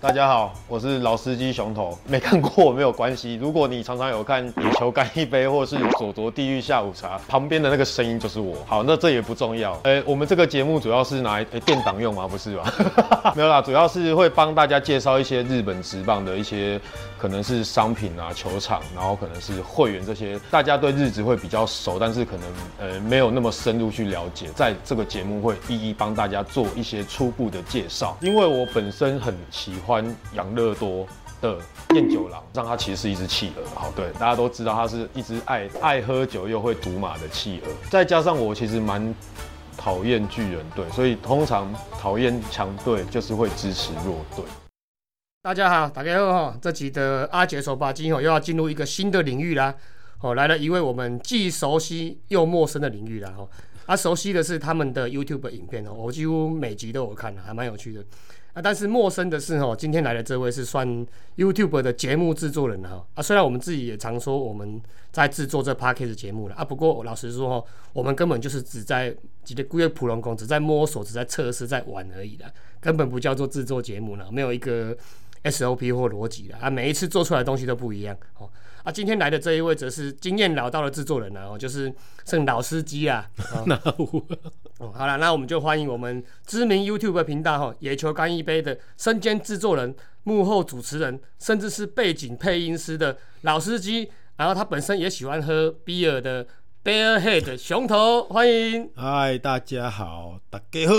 大家好，我是老司机熊头。没看过没有关系，如果你常常有看《野球干一杯》或是《佐佐地狱下午茶》，旁边的那个声音就是我。好，那这也不重要。哎、我们这个节目主要是拿来、哎垫档用吗？不是吧？ 没有啦，主要是会帮大家介绍一些日本职棒的一些可能是商品啊、球场，然后可能是会员这些，大家对日职会比较熟，但是可能呃没有那么深入去了解，在这个节目会一一帮大家做一些初步的介绍。因为我本身很喜欢养乐多。的燕九郎，让它其实是一只企鹅。好，对，大家都知道它是一只爱爱喝酒又会赌马的企鹅。再加上我其实蛮讨厌巨人队，所以通常讨厌强队就是会支持弱队。大家好，打开后哈，这集的阿杰手把金哦，又要进入一个新的领域啦。哦，来了一位我们既熟悉又陌生的领域啦。哦，啊，熟悉的是他们的 YouTube 影片哦，我几乎每集都有看，还蛮有趣的。啊，但是陌生的是哦，今天来的这位是算 YouTube 的节目制作人哈。啊，虽然我们自己也常说我们在制作这 Podcast 节目了啊，不过老实说哦，我们根本就是只在只在孤月普龙宫，只在摸索，只在测试，在玩而已啦，根本不叫做制作节目呢，没有一个 SOP 或逻辑的啊，每一次做出来的东西都不一样哦。啊，今天来的这一位则是经验老道的制作人啊，哦，就是剩老司机啊。哦那我哦，好了，那我们就欢迎我们知名 YouTube 频道哈、野球干一杯的身兼制作人、幕后主持人，甚至是背景配音师的老司机，然后他本身也喜欢喝 beer 的 Bearhead 熊头，欢迎。嗨，大家好，大家 好，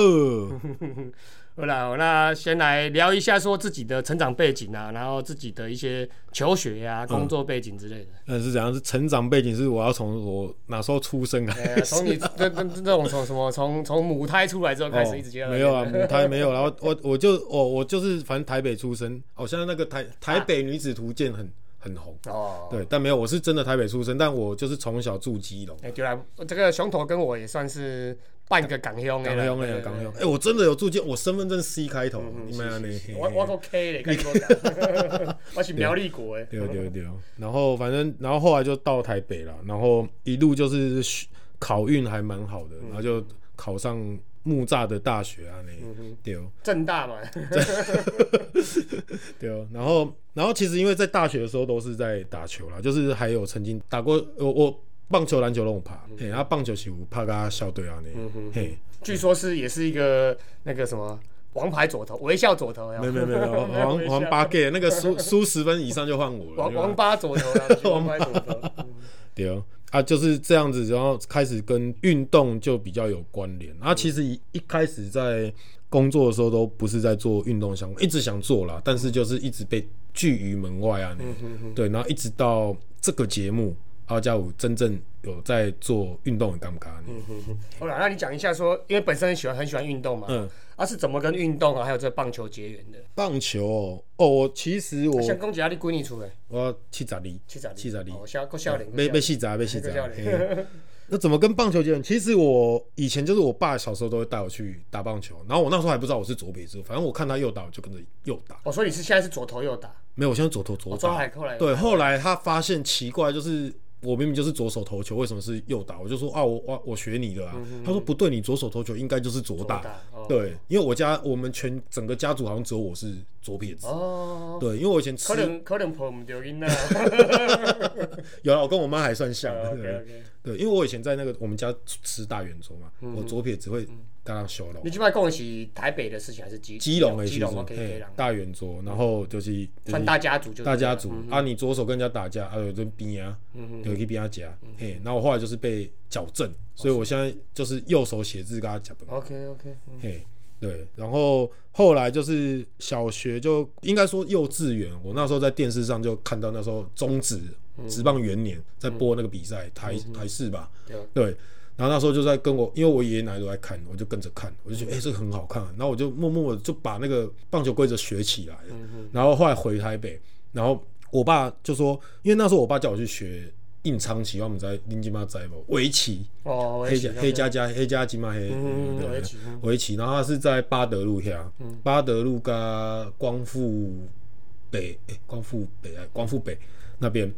好啦，好那先来聊一下说自己的成长背景啊，然后自己的一些求学呀、工作背景之类的。那呃是怎样？是成长背景是我要从我哪时候出生啊？ 呃，从你这这这种从什么从从母胎出来之后开始一直接到、没有啊，母胎没有。然后我我就我我就是反正台北出生，哦，现在那个台台北女子图鉴很很红，哦，对，但没有，我是真的台北出生，但我就是从小住基隆，哎、对啦，这个熊头跟我也算是半个港兄哎，港乡哎呀，对嗯港乡，哎，我真的有住基，我身份证 C 开头，你们呢？我我够 K 嘞，跟 你讲，我是苗栗国诶。对对对，然后反正然后后来就到台北了，然后一路就是学考运还蛮好的，然后就考上木栅的大学啊，那对哦正大嘛， 对哦，然后然后其实因为在大学的时候都是在打球啦，就是还有曾经打过我我棒球篮球拢有拍，嘿，啊棒球是有拍甲校队啊那，嘿，据说是也是一个那个什么王牌左投，微笑左投呀没，有没有没有，我王也王吓八 K 那个输输十分以上就换我了，王对吧王八左 投啦，王牌左投。嗯对哦啊，就是这样子，然后开始跟运动就比较有关联。啊，其实一一开始在工作的时候都不是在做运动相关，一直想做啦，但是就是一直被拒于门外啊。对，然后一直到这个节目，阿加五真正有在做运动的啊尴尬呢。好了，那你讲一下说，因为本身很喜欢很喜欢运动嘛，嗯啊是怎么跟运动啊还有这棒球结缘的？棒球哦，哦，我其实我啊像公吉阿力归你出来，我要七十里，七十二七十里哦，笑够笑脸，被被笑戏砸，被戏砸被笑。嘿那怎么跟棒球结合？其实我以前就是我爸小时候都会带我去打棒球，然后我那时候还不知道我是左撇子，反正我看他右打我就跟着右打。哦，所以你是现在是左投右打，没有，我现在左投左我抓打海。后来对，后来他发现奇怪，就是我明明就是左手投球，为什么是右打？我就说啊，我我我学你的啊。他说不对，你左手投球应该就是左嗯左打。打，哦对，因为我家我们全整个家族好像只有我是左撇子。哦，对，因为我以前吃可能可能碰唔到啊 囡仔。有了，我跟我妈还算像。对 OK OK，对，因为我以前在那个我们家吃大圆桌嘛，嗯我左撇子会刚刚修了你。即摆讲的是台北的事情还是基基隆的欸基其实隆 OK 基嘿隆，大圆桌，然后就是就算是大家族就嗯大家族啊，你左手跟人家打架，啊有就边啊，有去边啊夹，嗯嘿，然后我后来就是被矫正，哦所以我现在就是右手写字跟他讲， OK OK，嘿，对，然后后来就是小学就应该说幼稚园，我那时候在电视上就看到那时候中职嗯职棒元年在播那个比赛，台台视吧，对啊对。然后那时候就在跟我，因为我爷爷奶奶都在看，我就跟着看，我嗯就觉得哎、诶这个很好看、然后我就默默的就把那个棒球规则学起来了。嗯然后后来回台北，然后我爸就说，因为那时候我爸叫我去学印昌棋，我们在林金妈在不围棋，哦，黑加黑家，加加黑加金嘛黑，嗯，对围棋，嗯围棋，然后他是在巴德路下，巴德路跟光复北，诶，光复北，哎光复北那边。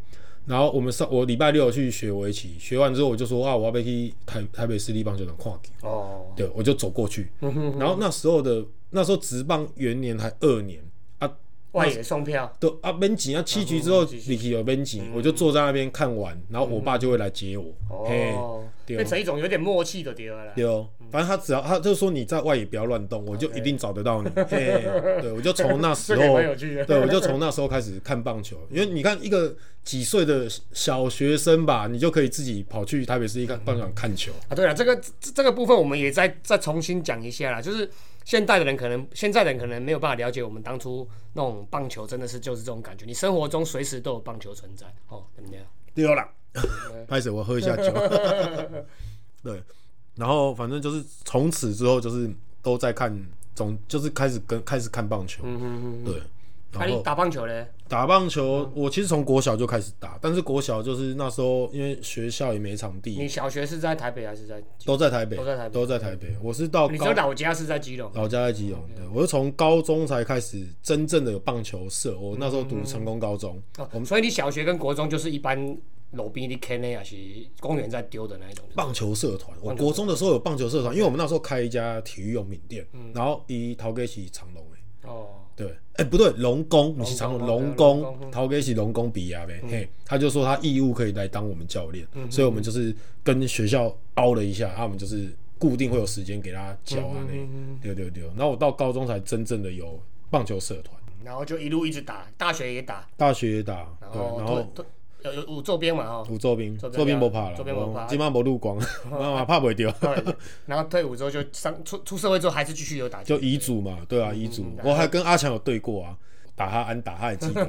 然后我们上我礼拜六去学围棋，学完之后我就说啊，我要不要去台台北市立棒球场看球？哦，对，嗯我就走过去。然后那时候的那时候职棒元年还二年啊，外野送票，对啊，免钱啊，弃局之后是是是里奇有免钱，我就坐在那边看完，然后我爸就会来接我。嘿，哦，对变成一种有点默契的对了啦。对哦，反正他只要他就说你在外野不要乱动，我就一定找得到你。嘿，对，我就从那时这个也候蛮，有趣的。对，我就从那时候开始看棒球，因为你看一个几岁的小学生吧，你就可以自己跑去台北市一看棒球场看球。啊，对了，这个这这个部分我们也再再重新讲一下啦，就是现代的人可能现在人可能没有办法了解我们当初那种棒球真的是就是这种感觉，你生活中随时都有棒球存在哦，怎么样？丢了， 拍手，我喝一下 酒。对，然后反正就是从此之后就是都在看，总就是开始跟开始看棒球。嗯哼对，哼，那、然你后打棒球嘞？打棒嗯球，我其实从国小就开始打，但是国小就是那时候因为学校也没场你地，小学是在台北还是在？都在台北，都在台北嗯都在台北。我是到你高说老家是在基隆？老家在基隆，嗯对，我是从高中才开始真正的有棒球社。我那时候读成功高中，嗯哦，所以你小学跟国中就是一般路边的 K 内啊，是公园在丢的那一种。棒球社团。我国中的时候有棒球社团，因为我们那时候开一家体育用品店，嗯然后以陶给起长隆诶，哦，对，哎、不对，龙工，你是长隆龙龙工龙嗯工，陶给起龙工比亚呗，嘿，他就说他义务可以来当我们教练，嗯所以我们就是跟学校凹了一下，他们就是固定会有时间给他教啊，嗯那、对对对，然后我到高中才真正的有棒球社团，然后就一路一直打，大学也打，大学也打，然对，后然后。都都有有有周边嘛哦，有周兵，周边周兵不怕啦，哦周边不怕今晚无录 光，妈妈怕袂掉。 对，然后退伍之后就上出出社会之后还是继续有打球，就遗嘱嘛，对嗯啊，遗嘱，我还跟阿强有对过啊，打他安打，他也记 得。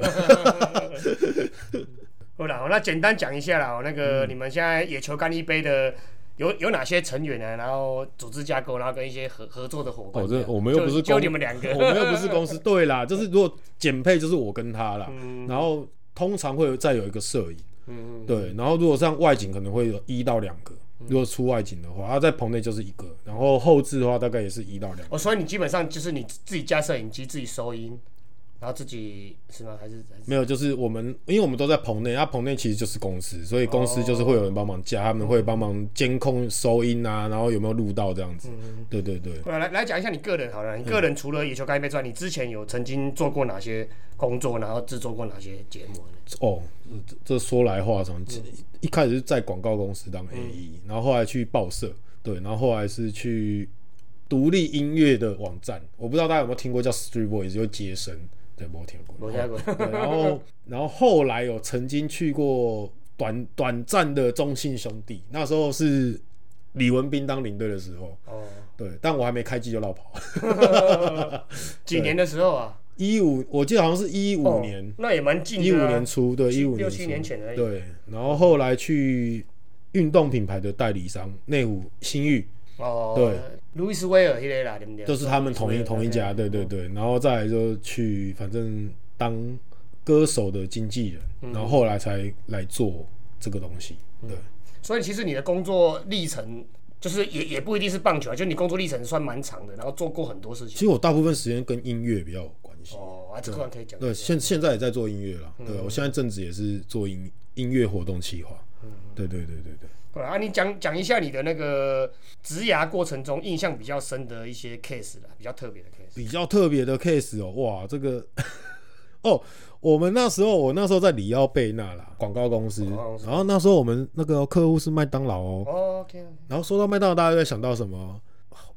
好啦，哦那简单讲一下啦，哦那个嗯你们现在野球干一杯的有有哪些成员呢？啊然后组织架构，然后跟一些合合作的伙伴哦，这这样。我们又不是就就公，你们两个我们又不是公司。 对啦，就是如果减配就是我跟他啦，然后通常会有再有一个摄影，嗯，对，然后如果像外景可能会有一到两个，如果出外景的话，啊他在棚内就是一个，然后后置的话大概也是一到两个。哦，所以你基本上就是你自己架摄影机，自己收音，然后自己是吗？还是还是没有，就是我们，因为我们都在棚内，啊，棚内其实就是公司，所以公司就是会有人帮忙架，他们会帮忙监控收音啊，然后有没有录到这样嗯子。对对对，对啊来来讲一下你个人好嗯了，你个人除了野球干一杯之外，你之前有曾经做过哪些工作，然后制作过哪些节目呢？哦，嗯这这说来话长，一一开始是在广告公司当 A E，、然后后来去报社，对，然后后来是去独立音乐的网站，我不知道大家有没有听过叫 Street Boys，就接生，对，没有听过。没听过。对然后， 然后后来有曾经去过短短暂的中信兄弟，那时候是李文斌当领队的时候，哦，对，但我还没开机就落跑。几年的时候啊？一五，我记得好像是一哦五年，那也蛮近的啊。一五年初，对，七一五年六初七年前而已对，然后后来去运动品牌的代理商内湖新域，哦，对，路易斯威尔迄个啦，对不对？就是他们同一同一家，对嗯对对。然后再来就去，反正当歌手的经纪嗯人，然后后来才来做这个东西。对，所以其实你的工作历程，就是也也不一定是棒球啊，就你工作历程算蛮长的，然后做过很多事其情。实我大部分时间跟音乐比较有关系。哦，嗯啊，这个可以讲。对，现现在也在做音乐啦。对，我现在正职也是做音音乐活动企划。嗯对对对对对。对啊，你讲讲一下你的那个职涯过程中印象比较深的一些 case 啦，比较特别的 case。比较特别的 case 哦，哇，这个哦，我们那时候我那时候在里奥贝纳啦，广告公司广告公，司然后那时候我们那个客户是麦当劳哦，哦 OK，然后说到麦当劳，大家会想到什么？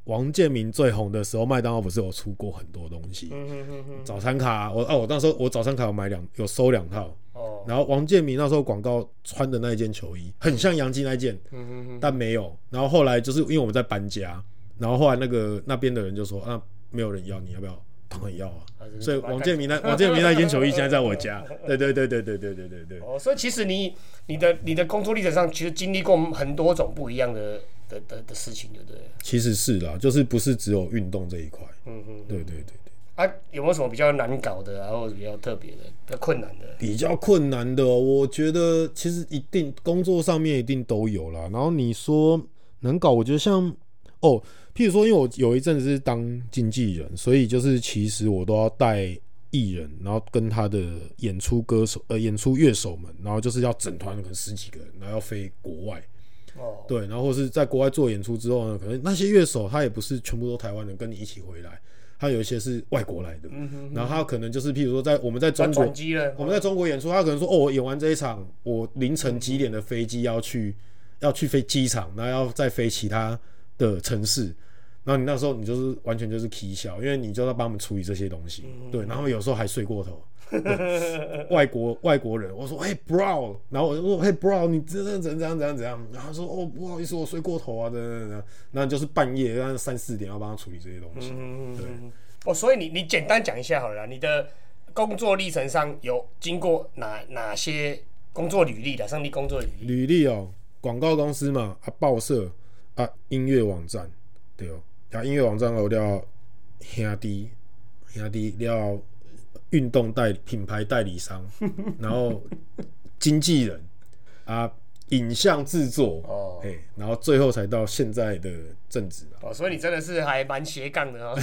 王建民最红的时候，麦当劳不是有出过很多东西，嗯哼哼哼，早餐卡，我哦，我那时候我早餐卡有买两，有收两套，哦，然后王建民那时候广告穿的那一件球衣很像杨基那一件，嗯哼哼，但没有。然后后来就是因为我们在搬家，然后后来那个那边的人就说啊，没有人要，你要不要？当然要啊。啊这个所以王建民那王建民那件球衣现在在我 家。对对对对对对对对对。哦，所以其实你你的你的工作历程上，其实经历过很多种不一样的的的的事情，对不对了？其实是啦，就是不是只有运动这一块。嗯哼。对对对对，啊，有没有什么比较难搞的、啊，或者比较特别的、比较困难的？比较困难的哦、我觉得其实一定工作上面一定都有啦。然后你说能搞，我觉得像哦，譬如说，因为我有一阵子是当经纪人，所以就是其实我都要带。艺人，然后跟他的演出歌手，呃，演出乐手们，然后就是要整团可能十几个人，然后要飞国外，哦，对，然后或是在国外做演出之后呢，可能那些乐手他也不是全部都台湾人跟你一起回来，它有一些是外国来的，然后它可能就是譬如说在我们在中国转机了，我们在中国演出，他可能说哦，我演完这一场，我凌晨几点的飞机要去，要去飞机场，然后要再飞其他的城市。然后你那时候你就是完全就是啼笑，因为你就要帮我们处理这些东西，对。然后他们有时候还睡过头，对外国外国人，我说哎、bro，然后我就说嘿 bro，你这这怎样怎样怎样，然后他说哦不好意思，我睡过头啊，等等等等。然后就是半夜，然后三四点要帮他处理这些东嗯西，对。哦，所以你你简单讲一下好了啦，你的工作历程上有经过哪哪些工作履历的？上帝工作履历，履历哦，广告公司嘛，啊，报社啊，音乐网站，对哦，啊，音乐网站我了兄弟兄弟了运动代理品牌代理商， 然后经纪人啊，影像制作哦哦，哎，然后最后才到现在的正职啊，哦，所以你真的是还蛮斜杠的哦，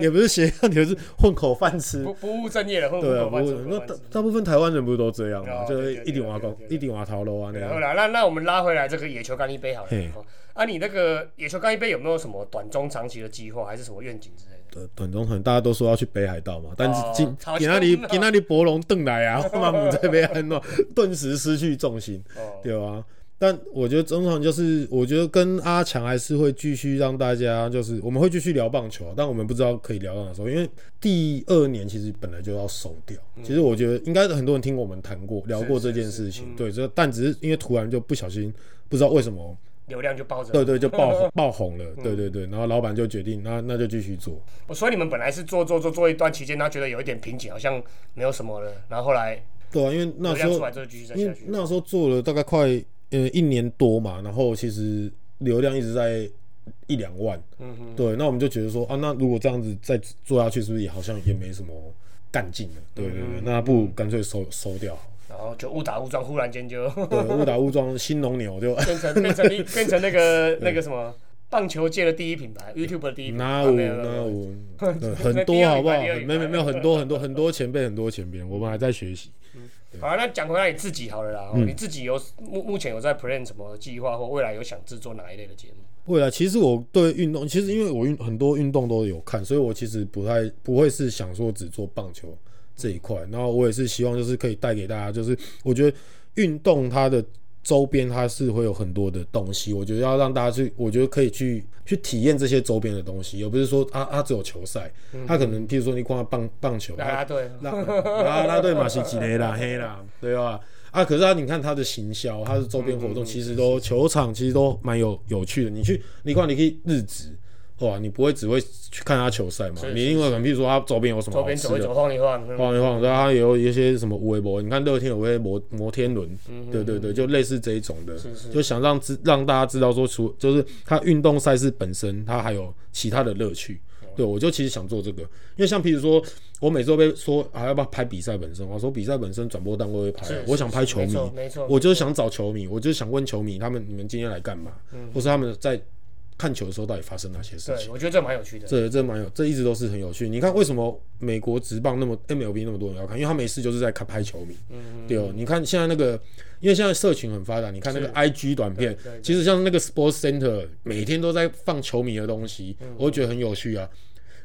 也不是斜杠，也是混口饭吃，不不务正业了，混对啊，口不饭吃过混那口饭大吃。大部分台湾人不是都这样嘛，哦就是对对一顶对瓦对工对一顶瓦头楼啊那然后样。啦，那那我们拉回来这个野球干一杯好了嘿。哦啊，你那个野球干一杯有没有什么短中长期的计划，还是什么愿景之类的？呃，短中很大家都说要去北海道嘛，但是哦今好今像那里哦今那里博龙邓来啊， 我妈母在北海道，顿时失去重心，哦，对啊。但我觉得通常就是，我觉得跟阿强还是会继续让大家就是，我们会继续聊棒球啊，但我们不知道可以聊到哪时候，因为第二年其实本来就要收掉。嗯其实我觉得应该很多人听我们谈过聊过这件事情，嗯对，这但只是因为突然就不小心，不知道为什么，流量就包着。对对，就爆红爆红了， 对嗯对对，然后老板就决定，那那就继续做。我说哦你们本来是做做做做一段期间，然后觉得有一点瓶颈，好像没有什么了，然后后来对啊，因为那流时量候出来之后继续再因下为去。那时候做了大概快呃一年多嘛，然后其实流量一直在一两万，嗯哼，对，那我们就觉得说啊，那如果这样子再做下去，是不是也好像也没什么干劲了？对对对，嗯那不如干脆收收掉好了。然后就误打误撞，忽然 间就对，误打误撞，新农牛 就变成 变成一变成那嗯个那个什么棒球界的第一品牌，YouTube 的第一品牌。那啊我没有没有没那有我对 很第多二好不礼好？拜第二礼没有没有拜很多很多很多前辈很多前辈，我们还在学习。好啊，那讲回来你自己好了啦，哦嗯你自己有目目前有在 plan 什么计划，或未来有想制作哪一类的节目？未来其实我对运动，其实因为我运很多运动都有看，所以我其实不太不会是想说只做棒球这一块。然后我也是希望就是可以带给大家，就是我觉得运动它的周边它是会有很多的东西，我觉得要让大家去，我觉得可以去去体验这些周边的东西，而不是说啊啊只有球赛，它可能譬如说你看棒棒球，啦啦队，拉拉拉队嘛是几个啦，黑啦，对吧？啊，可是他你看他的行销，他的周边嗯活动，其实都球场其实都蛮有有趣的。你去，你看你可以日职，哇，你不会只会去看他球赛嘛？你因为可能譬如说他周边有什么周好边吃走一的走，，晃一晃，嗯晃一晃，对啊，它有一些什么无微博，你看乐天有微摩摩天轮，嗯对对对，就类似这一种的，就想让知让大家知道说，除就是它运动赛事本身，它还有其他的乐趣。哦对，我就其实想做这个，因为像譬如说，我每次都被说还、啊、要不要拍比赛本身，我说比赛本身转播单位会拍啊、是我想拍球没迷，错没错，我就是想找球迷，我就是想问球迷他们你们今天来干嘛，嗯或是他们在看球的时候到底发生哪些事情对。我觉得这蛮有趣的。这这蛮有，这一直都是很有趣。你看为什么美国职棒那么 MLB 那么多人要看？因为他没事就是在看拍球迷，嗯对哦。你看现在那个，因为现在社群很发达，你看那个 IG 短片对对，其实像那个 Sports Center 每天都在放球迷的东西，嗯我会觉得很有趣啊。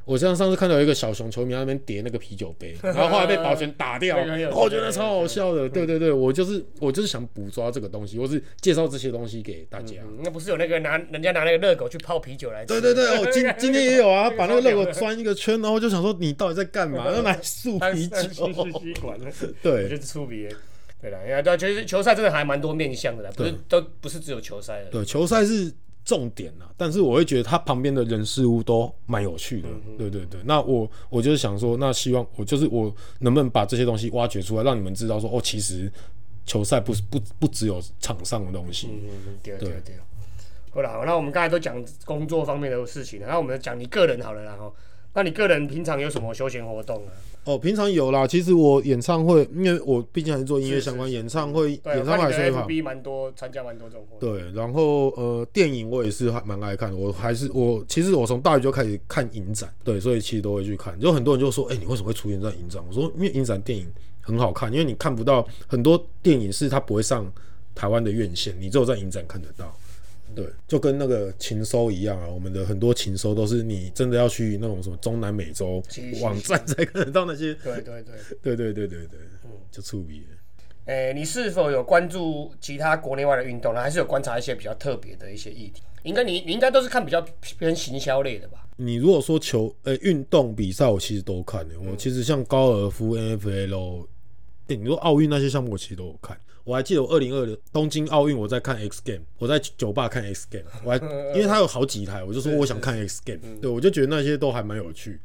我像上次看到有一个小熊球迷在那边叠那个啤酒杯，然后后来被保全打掉， 哦那个很有趣我觉得超好笑的。对对对，我就是我就是想捕捉这个东西，或是介绍这些东西给大家。嗯那不是有那个拿人家拿那个热狗去泡啤酒来 对吃？对对，我今今天也有啊，把那个那个 热狗钻一个圈，然后我就想说你到底在干嘛？要拿树当 啤当酒？吸吸管，我 对就是出别。对啦，因为对，啊其实球赛真的还蛮多面向的啦，不是都不是只有球赛的。对，球赛是重点啊，但是我会觉得它旁边的人事物都蛮有趣的。嗯对对对，那我我就是想说，那希望我就是我能不能把这些东西挖掘出来，让你们知道说哦，其实球赛不是不不只有场上的东西。嗯，嗯对对对。好啦，那我们刚才都讲工作方面的事情了，那我们讲你个人好了啦哈。那你个人平常有什么休闲活动啊？哦，平常有啦，其实我演唱会，因为我毕竟还是做音乐是相是关，演唱会对，演我唱看会还你是的会跑 FB 蛮多参加蛮多这种活动。对，然后呃，电影我也是还蛮爱看的，我还是我其实我从大学就开始看影展，对，所以其实都会去看。就很多人就说，哎、你为什么会出现在影展？我说，因为影展电影很好看，因为你看不到很多电影是它不会上台湾的院线，你只有在影展看得到。对，就跟那个禽收一样啊，我们的很多禽收都是你真的要去那种什么中南美洲是是网站才看得到那些。对对对，对对对对对，就触笔了。诶、你是否有关注其他国内外的运动呢？还是有观察一些比较特别的一些议题？应该你你应该都是看比较偏行销类的吧？你如果说球呃运动比赛，我其实都看的、我其实像高尔夫、NFL，对、你说奥运那些项目，我其实都有看。我还记得我二零二零东京奥运，我在看 X Game，我在酒吧看 X Game，我还因为它有好几台，我就说我想看 X Game，对我就觉得那些都还蛮有趣，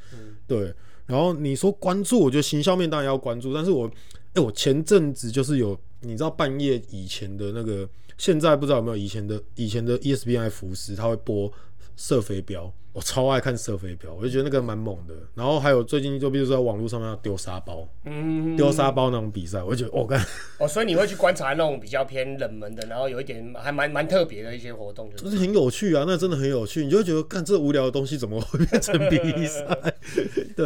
对。然后你说关注，我觉得行销面当然要关注，但是我，哎、我前阵子就是有，你知道半夜以前的那个，现在不知道有没有以前的以前的 E ESPN 福斯，他会播射飞镖，我超爱看射飞镖，我就觉得那个蛮猛的。然后还有最近就比如说在网络上面要丢沙包，嗯，丢沙包那种比赛，我就觉得我干、 哦，所以你会去观察那种比较偏冷门的，然后有一点还蛮蛮特别的一些活动，就是就是很有趣啊，那真的很有趣，你就会觉得干这无聊的东西怎么会变成比赛？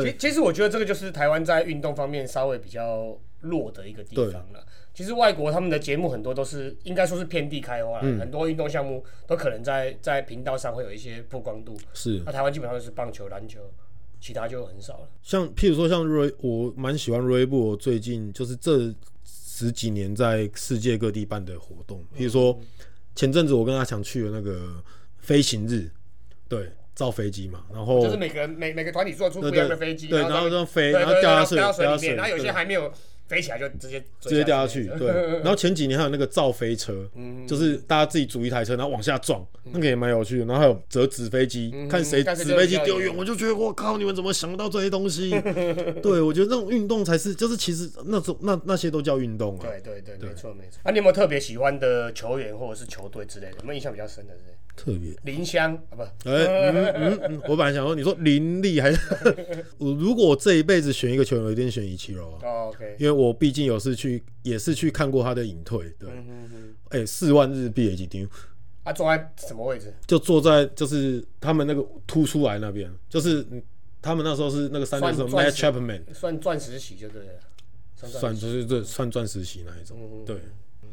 其其实我觉得这个就是台湾在运动方面稍微比较弱的一个地方了。其实外国他们的节目很多都是应该说是遍地开花啦，嗯很多运动项目都可能在在频道上会有一些曝光度。是那台湾基本上就是棒球、篮球，其他就很少了。像譬如说像瑞，我蛮喜欢瑞布，我最近就是这十几年在世界各地办的活动，嗯譬如说前阵子我跟阿强去了那个飞行日，对，造飞机嘛，然后哦就是每个人每每个团体做出不一样的飞机，哦对，然然后后这样对飞，对然后掉下水，掉到掉下水里面，然后有对些还没有飞起来就直接直接掉下坠去， 嗯对。然后前几年还有那个造飞车，就是大家自己组一台车，然后往下撞，那个也蛮有趣的。然后还有折纸飞机，嗯看谁但是纸飞机就丢比较远，我就觉得我靠，你们怎么想到这些东西？对，我觉得那种运动才是，就是其实那种那那些都叫运动啊。对对对，没错没错。啊那、你有没有特别喜欢的球员或者是球队之类的？有没有印象比较深的之类的？特别，林香啊，不，哎、嗯嗯嗯，我本来想说，你说林立 还是我？如果我这一辈子选一个球员，我一定选伊奇柔啊，哦，OK，因为我毕竟有是去，也是去看过他的隐退。对，哎、四万日币也几丢。啊，坐在什么位置？就坐在就是他们那个凸出来那边，就是他们那时候是那个三连什么算 Matt 钻石 Chapman，算钻石席就对了。算钻算就是这算钻石席那一种，对。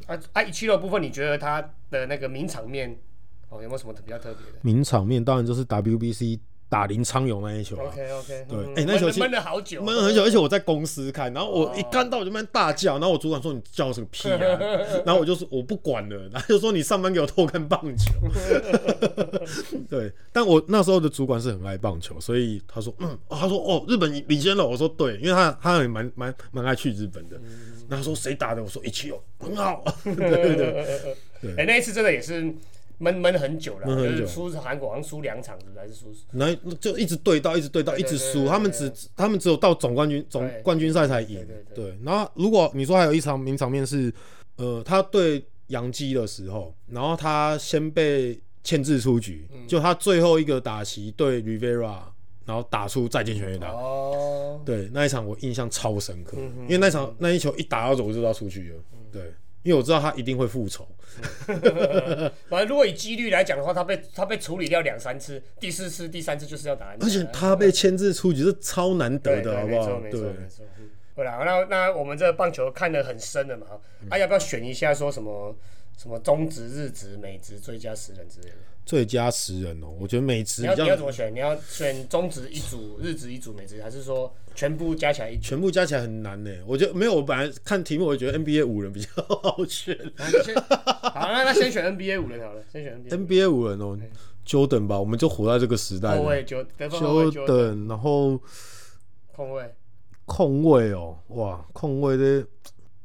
啊啊！一七六部分，你觉得他的那个名场面哦，有没有什么比较特别的名场面当然就是 WBC 打林昌勇那一球啊、 ？OK OK，对哎那球其实嗯闷了哦好久，啊闷很久，而且我在公司看，然后我一看到我就闷大叫，然后我主管说你叫什么屁 啊，然后我就说我不管了，然后就说你上班给我偷看棒 球，对，但我那时候的主管是很爱棒球，所以他说嗯，哦他说哦日本领先了，我说对，因为他他也蛮蛮蛮爱去日本的，嗯然后他说谁打的，我说一七哦，很好，对对 对，哎、那一次真的也是闷闷很久了，闷很就久是输韩国好像输两场，是不是？还是输？然后就一直对到一直对到一直输，他们只他们只有到总冠军总对冠军赛才赢对对，对，然后如果你说还有一场名场面是，呃，他对杨基的时候，然后他先被牵制出局，嗯就他最后一个打席对 Rivera，然后打出再见全垒打，哦，嗯对那一场我印象超深刻，因为那场那一球一打到走我就知道出局了，对，因为我知道他一定会复仇，反正如果以几率来讲的话，他被他被处理掉两三次，第四次、第三次就是要打安打而且他被牵制出局是超难得对的，对，好没不错好？没错对，没错。嗯对啦，那那我们这棒球看得很深的嘛，哈嗯啊，要不要选一下说什么什么中职、日职、美职最佳十人之类的？最佳十人哦，我觉得美职你要比较你要怎么选？你要选中职一 组、日职一组、美职，还是说全部加起来一组？全部加起来很难呢。我觉得没有，我本来看题目，我觉得 NBA 五人比较 好选。好先好，那那先选 NBA 五人好了，先选 NBA 五人。 NBA 五人哦，Jordan 吧，我们就活在这个时代后了。卫就得分后卫就 Jordan，然后控卫，控卫哦，哇，控卫的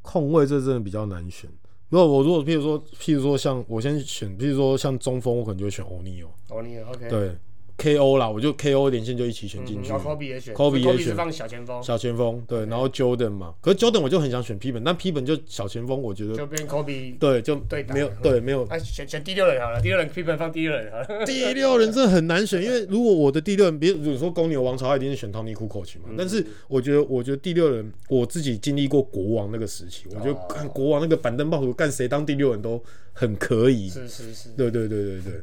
控卫这真的比较难选。如果我如果譬如说譬如说像我先选，譬如说像中锋，我可能就会选欧尼哦，哦，你 OK，，对，KO 啦，我就 KO 连线就一起选进去然。后 Kobe 也选 Kobe 也选是放小前锋，小前锋对，然后 Jordan 嘛，可是 Jordan 我就很想选 P 本，但 P 本就小前锋，我觉得就变 Kobe。对就对打没有了对没 有啊，选选第六人好了，第六人 k i p e n 放第六人 好了。第六人真的很难选，因为如果我的第六人，比如比如说公牛王朝，他一定是选 Tony Kukoc 嗯嘛。但是我觉得，我觉得第六人，我自己经历过国王那个时期，我觉得哦看国王那个板凳爆竹，干谁当第六人都很可以。是是是，对对对对对。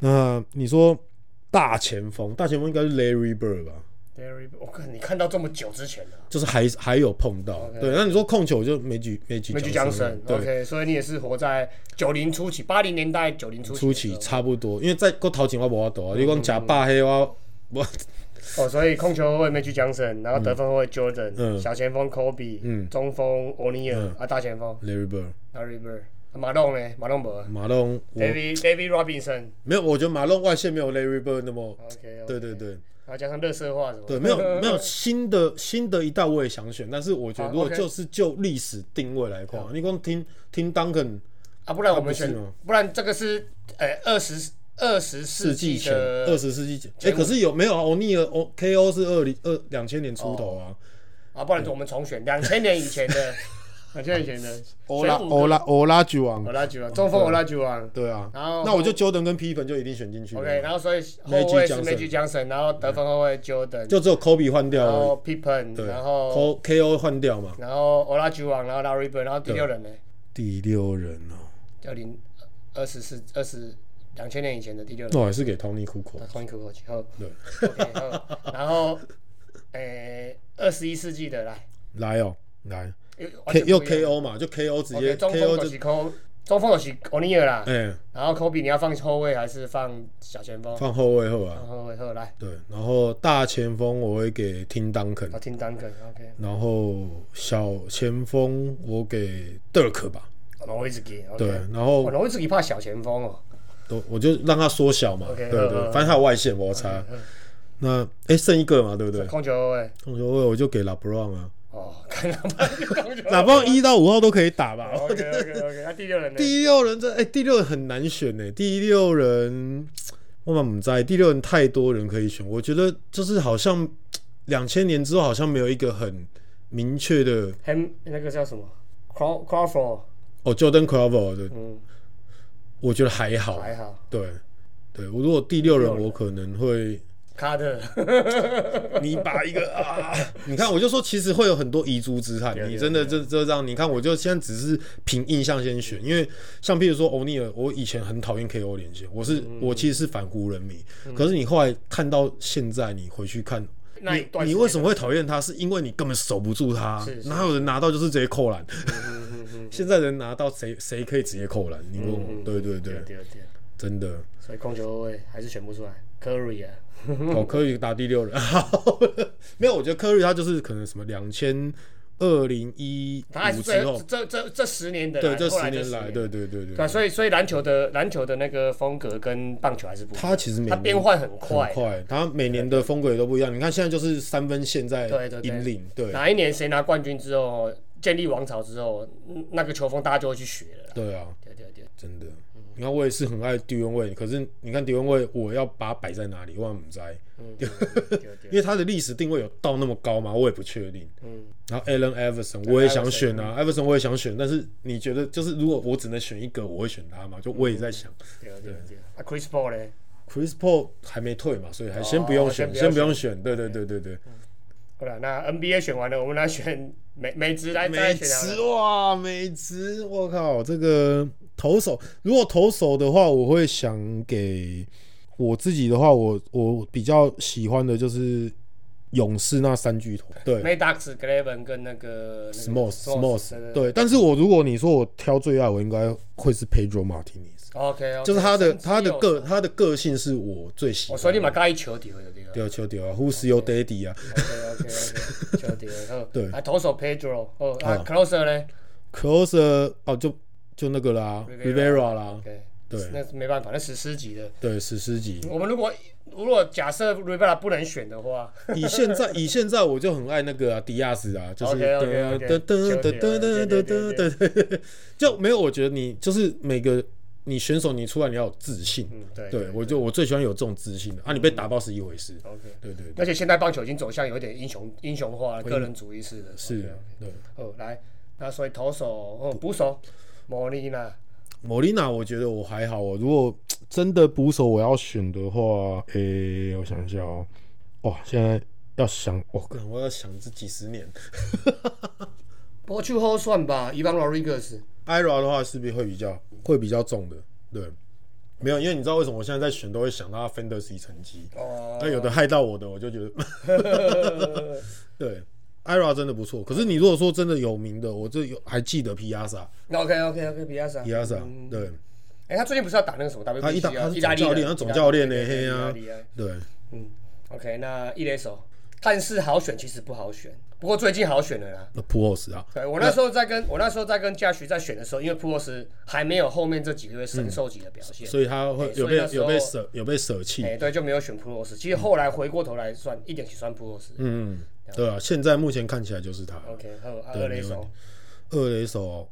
那你说大前锋，大前锋应该是 Larry Bird 吧？ Derry，我看你看到这么久之前了、就是还还有碰到。 OK 对，那你说控球就没举没举没去江江神神，啊对。 ，OK，所以你也是活在九零初期、八零年代九零初初期期的时嗯差不多，因为再过头前我无法度啊。你讲食百黑我我 候哦，所以控球后卫没去江神，然后得分后卫 Jordan，、嗯小前锋 Kobe，、中锋 O'Neal、啊，大前锋 Larry Bird Larry Bird，啊马龙呢？马龙没马龙，我，David David Robinson，OK，、没有，我觉得马龙外线没有 Larry Bird 那么， OK，对对，对然后加上热色化什么，对，没 有没有新的新的一代我也想选，但是我觉得好如果 OK 就是就历史定位来看，你光听听 Duncan 啊，不然我们啊选不是吗，不然这个是呃二十二十世世纪纪前二的十世纪前，哎，可是有没有啊？欧尼尔 O KO 是二零二两千年出头啊，啊，不然我们重选两千年以前 的，两千年以哦前的，欧拉欧拉欧拉举王，欧拉吉王，中锋欧拉吉王对啊，然后那我就 Jordan 跟 Pippen 就一定选进去了，OK，然后所以后 Magic 卫是 Johnson Magic Johnson，然后得分后卫 Jordan，就只有 Kobe 换掉然而已。后 Pippen，对，然后 K- KO 换掉嘛。然后欧拉吉王，然后 Larry Bird，然后第六人呢，欸第六人哦，二零二十四二十两千年以前的第六人那，我还是给 Tony Kukoc。那同一口口气，好对， ，OK，好， 然后诶二十一世纪的来。来哦，来又 K 又完全不一样 KO 嘛，就 KO 直 OK，接中锋 KO 就就是扣，中锋就是欧尼尔啦。哎然后科比你要放后卫还是放小前锋？放后卫后啊放，后卫后来，对，然后大前锋我会给 Tim 我 Duncan，听 Duncan，OK，然后小前锋我给 Dirk 吧，诺维兹基对， ，OK。然后我诺维兹基怕小前锋哦，都我就让他缩小嘛， OK，嗯对好对好好，反正还有外线摩擦。嗯那哎剩一个嘛，对不对？控球后卫控球位我就给 LeBron 啊哦， 看他们控球。 ，LeBron 一到五号都可以打吧，我觉得 OK OK OK，那第啊六人 呢？第六人这哎、第六人很难选呢、第六人我们不欸在，第六人太多人可以选，我觉得就是好像两千年之后好像没有一个很明确的 Ham 那个叫什么？Craw Crawford，哦，Jordan Crawford 的，嗯，我觉得还好，还好。对对，我如果第六人第六人我可能会。卡特， 你把一个啊， 你看，我就说，其实会有很多遗珠之憾对啊。你对啊真的这这让你看，我就现在只是凭印象先选，因为像譬如说欧尼尔，我以前很讨厌 KO 连线，我是嗯我其实是反湖人迷，可是你后来看到现在，你回去看。那一段你为什么？么会讨厌他？是因为你根本守不住他是，是嗯哪有人拿到就是直接扣篮？ 现在人拿到谁谁可以直接扣篮？你问嗯我，对对对对，对对，真的，所以控球后卫还是选不出来，Curry 啊，哦，科宇打第六人， 没有，我觉得科宇他就是可能什么两千二零一他还是五之这后，这这这十年的啦，对，这后十这年来，对对对对啊，对，所以所以篮球的篮球的那个风格跟棒球还是不一样，他其实每它年变换很快很，快，他每年的风格也都不一样。你看现在就是三分线在对对对引领，对哪一年谁拿冠军之后，建立王朝之后，嗯那个球风大家就会去学了啦。对啊，对对对，真的。嗯你看我也是很爱低温位，可是你看低温位，我要把它摆在哪里，我也不知道，嗯，对对因为它的历史定位有到那么高吗？我也不确定。嗯，然后 Allen Iverson 我也想选啊，Iverson 我也想选，但是你觉得就是如果我只能选一个，我会选他吗？就我也在想。对对对。啊，Chris Paul 呢？ Chris Paul 还没退嘛，所以还先不用选，哦先不先要不用选。对对对对对，好了，那 NBA 选完了，我们来选美美职来再嗯美来选好了职哇，美职，我靠，这个投手，如果投手的话，我会想给我自己的话，我我比较喜欢的就是勇士那三巨头，对 Maddox、Glavin 跟那个 s m o s s m o s 对 s 对。但是我如果你说我挑最爱，我应该会是 Pedro Martinez， OK，就是他的他的哦个，他的个性是我最喜我欢说的。哦你嘛介意球丢的对吧丢球丢啊，Who's your daddy 啊 OK，OK，OK，球丢的好。对啊，投手 Pedro，哦，啊啊，Closer 呢？ ？Closer 哦，就就那个啦 Rivera ，Rivera 啦，对，对那是没办法，那史诗级的。对，史诗级。我们如果如果假设 Rivera 不能选的话，以现在以现在我就很爱那个啊，迪亚斯啊，就是 OK，OK，OK，噔噔噔球噔队噔对噔对对噔噔， 就没有。我觉得你就是每个你选手，你出来你要有自信。嗯，对嗯对我就我最喜欢有这种自信的啊，你被打爆是一回事。 OK。对对对，而且现在棒球已经走向有点英雄英雄化了、个人主义式的。是 OK，OK，对。哦，来，那所以投手、哦捕手，莫莉娜，莫莉娜，我觉得我还好哦。如果真的捕手我要选的话，诶、我想一下哦。哇，现在要想，哦我、可能我要想这几十年。波丘后算吧，伊万罗瑞格斯。 IRA 的话是不是会比较会比较重的？对，没有，因为你知道为什么我现在在选都会想到他 fantasy 成绩，哦那、有的害到我的，我就觉 得对。IRA 真的不错，可是你如果说真的有名的，我这有还记得皮亚萨， OK OK OK，比亚萨，皮亚萨，对哎，他最近不是要打那个什么 WBC 他意大啊他是意大利总教的练他总意大利教练呢对对对嘿啊意大利啊对，嗯，OK，那一垒手，但是好选其实不好选，不过最近好选了啦。那 p o s 啊，对我那时候在跟我那时候在跟嘉许在选的时候，因为普罗斯还没有后面这几个月神兽级的表现，所以他会哎有所以那被时候有被舍有被舍弃，哎、对，就没有选普罗斯。其实后来回过头来算，一点起算普罗斯。嗯，对啊，现在目前看起来就是他 OK，还有啊对二垒没问手题二垒手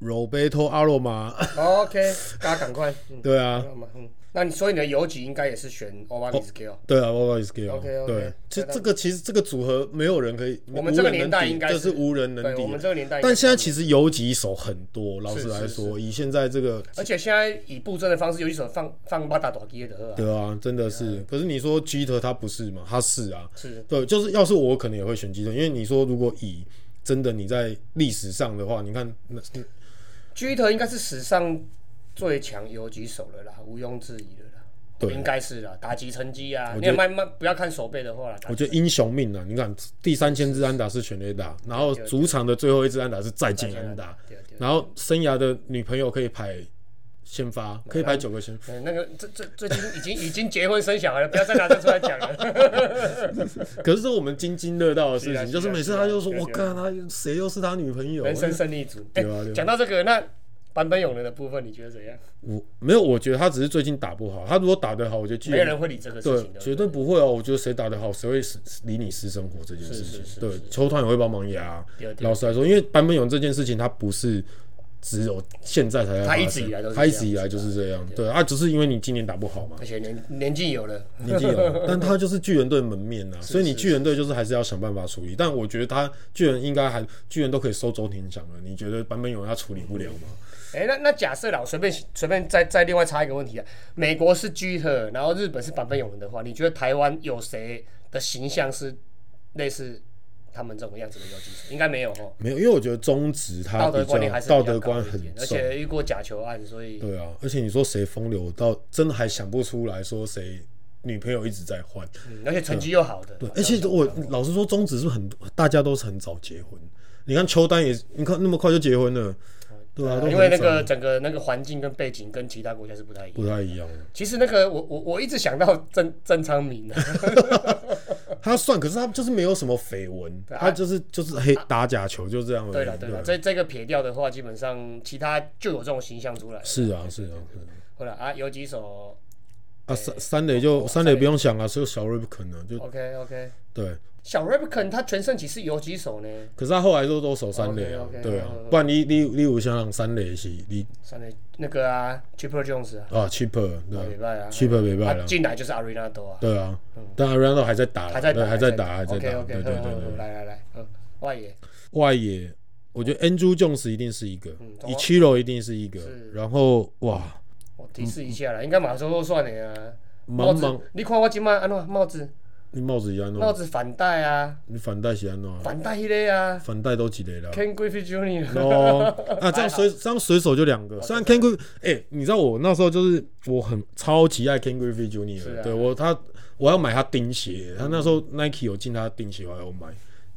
Roberto 阿罗马， ，OK，大家赶快，嗯，对啊，好嘛嗯，那你所以你的游击应该也是选 o v a r i s k i l 对啊 o b a s k i l OK，OK，对，这那那这个其实这个组合没有人可以，我们这个无人能年代敌应该这是是无人能对，我敌们的。这个年代应该是，但现在其实游击手很多，老实是来是说，以现在这个，而且现在以布阵的方式，游击手放放八打短击的喝啊，对啊，真的是。可是你说基特他不是嘛？他是啊，是对，就是要是我可能也会选基特，因为你说如果以真的你在历史上的话，你看那 g 特应该是史上最强游击手了啦，毋庸置疑的啦。对应该是啦，打击成绩啊，我你觉得也慢慢不要看手背的话啦，我觉得英雄命啊，你看第三千支安打是全垒打，然后主场的最后一支安打是再见安打，对对。然后生涯的女朋友可以排先发，可以排九个先。嗯那个最最最近已经已经结婚生小孩了，不要再拿这出 来讲了。可是这是我们津津乐道的事是啊情，就是是啊每次是啊他就说对啊我对看他谁又是他女朋友人，生胜利组。哎对啊对啊，讲到这个，那版本永人的部分，你觉得怎样？我没有，我觉得他只是最近打不好，他如果打得好，我觉得巨没有人会理这个事对情的。绝对不会哦，我觉得谁打得好，谁会私理你私生活这件事是是是情，对，球团也会帮忙压啊。对对老实来说，因为版本勇这件事情，他不是只有现在才在发生，他一直以来都是他一这样直以来就是这样，对啊，只是因为你今年打不好嘛， 而且年年纪有了，年纪有，但他就是巨人队门面呐、啊，所以你巨人队就是还是要想办法处理。但我觉得他巨人应该还巨人都可以收周庭奖了，你觉得版本勇他处理不了吗？哎、那那假设啦，我随便随便再再另外插一个问题啊，美国是 G 特，然后日本是坂本勇人的话，你觉得台湾有谁的形象是类似他们这种样子的游击手？应该没有哦，没有，因为我觉得中职他道比德观念较还是比较道德观高一很点而重，且遇过假球案，所以对啊，而且你说谁风流，我倒真的还想不出来说谁女朋友一直在换。嗯而且成绩又好的，嗯对，而且我老实说，中职是不是很大家都是很早结婚。你看邱丹也，你看那么快就结婚了，对啊，都哦因为很那早个整个那个环境跟背景跟其他国家是不太一样。不太一样。其实那个我我我一直想到郑郑昌明、啊，他算，可是他就是没有什么绯闻，啊他就是就是黑打假球就这样而已。啊对了对了，这这个撇掉的话，基本上其他就有这种形象出来了。是啊是啊是啊。好了啊，有几手啊三三哦垒就三垒不用想啊，所以小瑞不可能就 OK OK，对。小 r e b c o n 他全盛期是有几手呢？可是他后来都都守三垒啊 OK，OK，，对啊嗯嗯，不然你你你有想想三垒是你上面那个啊 c h i p p e r Jones 啊，啊 cheaper 对啊礼拜啊 c h e a p e r 没办他了，进来就是 Arenado 啊，对啊，但 Arando 还在打，还在对啊打，嗯还在打还在打， OK 对 OK，对对对。来来来，嗯，外野外野，我觉得 Andrew Jones 一定是一个哦嗯懂啊，Ichiro 一定是一个是，然后哇，我提示一下啦，应该马上都算的啊。帽嗯茫子茫，，嗯你看我今麦安怎帽子你帽子也安帽诺，子反戴啊，你反带是安诺，反戴迄个啊反带都几雷了。 ，Ken Griffey Jr. 哦，啊，这样随这样随手就两哦个。虽然 Ken Griffey，哎、你知道我那时候就是我很超级爱 Ken Griffey 是 Jr.，、啊对我他我要买他钉鞋，他那时候 Nike 有进他的钉鞋，我还要买。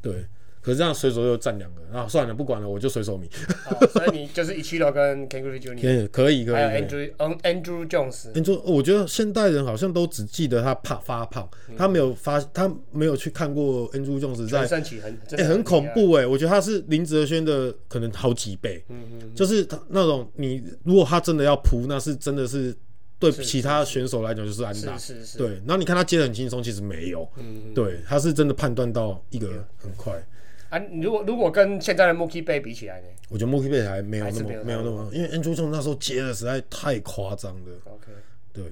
对，可是这样随手就占两个，啊，算了，不管了，我就随手米。 好所以你就是一七六跟 Ken Griffey Jr. 天也 可以可以。还可有以 Andrew 嗯 Andrew Jones，你说，哦我觉得现代人好像都只记得他怕发胖，他没有发，他没有去看过 Andrew Jones 在嗯全盛期啊很真哎、的很厉恐害。嗯怖哎、我觉得他是林哲轩的可能好几倍，就是他那种你如果他真的要扑，那是真的是对其他选手来讲就是安打，是是是嗯对。然后你看他接的很轻松，其实没有，对，他是真的判断到一个很快。啊，你如果如果跟现在的 Mookie Bay 比起来呢我觉得 Mookie Betts 还没有还那是么没有没有那么，因为 Andrew Jones 那时候接的实在太夸张了， ？OK，对，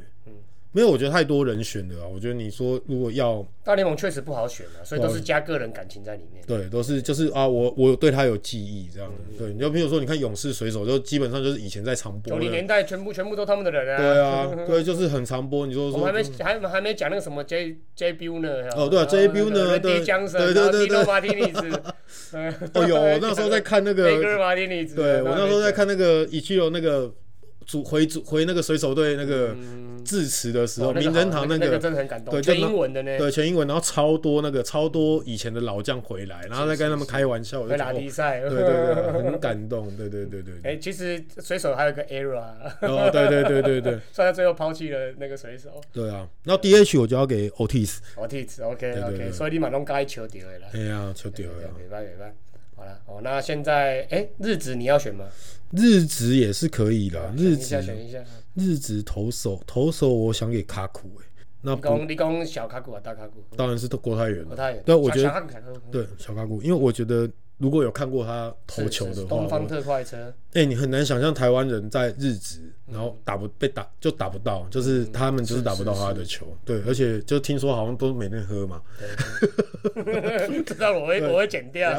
没有，我觉得太多人选了啊。我觉得你说如果要大联盟确实不好选啊，所以都是加个人感情在里面。对，都是就是啊，我我对他有记忆这样的，对，你就比如说你看勇士水手，就基本上就是以前在长波九的零年代全部全部都他们的人啊。对啊，对，就是很常播。你说我们还说，没还还没讲那个什么 J J Bill 呢？哦对啊，J. Buhner，对江神，对对对对然后 Tito Martinez， 哦有，我那时候在看那 Baker 个， Martinez，对我那时候在看那个以去有那个主回主回那个水手队那个致辞的时候，哦名人堂哦那个真的很感动，对，就全英文的呢，对，全英文，然后超多那个超多以前的老将回来，然后再跟他们开玩笑，我就会觉打得比赛，哦对对对，很感动，对对对对， 哎，其实水手还有一个 error， 哦，对对对对对虽然最后抛弃了那个水手 对啊，然后 DH 我就要给 Otis， ，Otis，OK 对对 OK，对所以你马上该球丢了啦。哎呀，球丢了。没办法，没办法。好了，哦，那现在哎，日子你要选吗？日职也是可以的，日选一下，选职一下。日职投手投手，我想给卡库哎，那你不讲你讲小卡股啊，大卡股，当然是郭泰源不了，太远。对我小觉得小卡股，小卡股对小卡库，因为我觉得如果有看过他投是球是的是话，东方我特 快车，哎，你很难想象台湾人在日职然后打不被打就打不到，就是他们嗯就是打不到他的球，对，而且就听说好像都每天喝嘛，对知道我会我会 剪掉，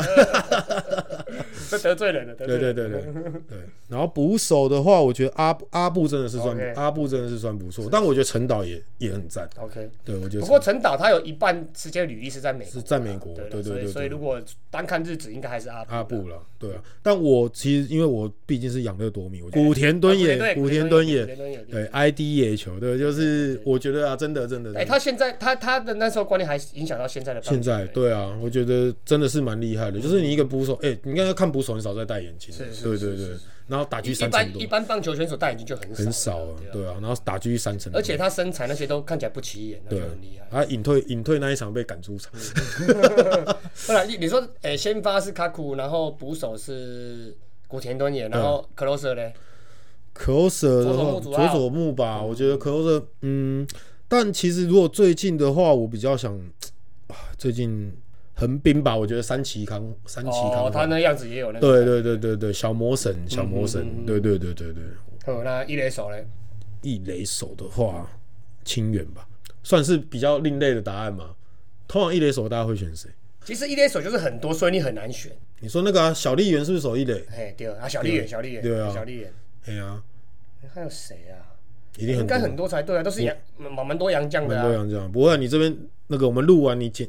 这得罪人了，得罪对人对对对 对。然后捕手的话，我觉得阿布阿布真的是算 OK 阿布真的是算不错，但我觉得陈导也也很赞。 OK，对，我觉得不过陈导他有一半时间履历是在美国，啊是在美国对啦对对所以对所以对如果单看日子，应该还是阿阿布啦。布了，对啊。但我其实因为我毕竟是养乐多米，我觉得古田敦也对古田敦古也田敦也对 ID 野球，对，就是我觉得啊，真的真的，真的哎，他现在他他的那时候观念还影响到现在的棒球现在对啊，我觉得真的是蛮厉害的。就是你一个捕手，哎，你刚刚看捕手很少在戴眼镜的，是是对对对，然后打一狙一三成般一多，般棒球选手戴眼镜就很少很少啊，对啊，然后打狙三成多，而且他身材那些都看起来不起眼，那对就嗯很厉害。他隐退隐退那一场被赶出场， 不然你你说，诶、先发是卡库，然后捕手是古田敦也，然后 closer 呢？ Closer 佐的佐话，木主佐要佐木吧，啊我觉得 Closer，嗯，但其实如果最近的话，我比较想，啊最近横滨吧，我觉得三崎康三崎康吧，哦，他嗯那样子也有那个。对对对对对，小魔神小魔神，对对对对对，哦，那一垒手呢？一垒手的话，清远吧，算是比较另类的答案嘛。通常一垒手大家会选谁？其实一垒手就是很多，所以你很难选。你说那个啊，小笠原是不是守一垒？嘿，对啊，小丽远，小丽远，对啊小丽远，哎呀，还有谁啊？一定应很该多。很多才对啊，都是洋蛮蛮多洋将的很多啊。人这样，不会、啊、你这边那个我们录完你剪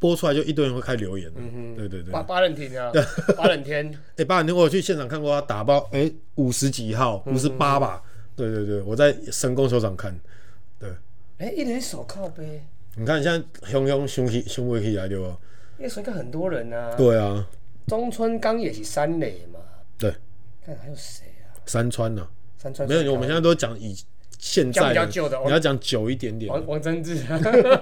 播出来就一堆人会开留言的，嗯对对对。八哎、八人天啊，八人天，八零天我有去现场看过他打爆，哎、五十几号，嗯五十八吧，对对对，我在神宫球场看，对，哎、一垒手靠背，你看现在熊熊熊起熊威起来对吧？一垒手应该很多人啊。对啊，中村刚也是三垒嘛，对，看还有谁啊？山川呐、啊，三川没有，我们现在都讲以现在讲比较旧的哦你要讲久一点点王王贞治，啊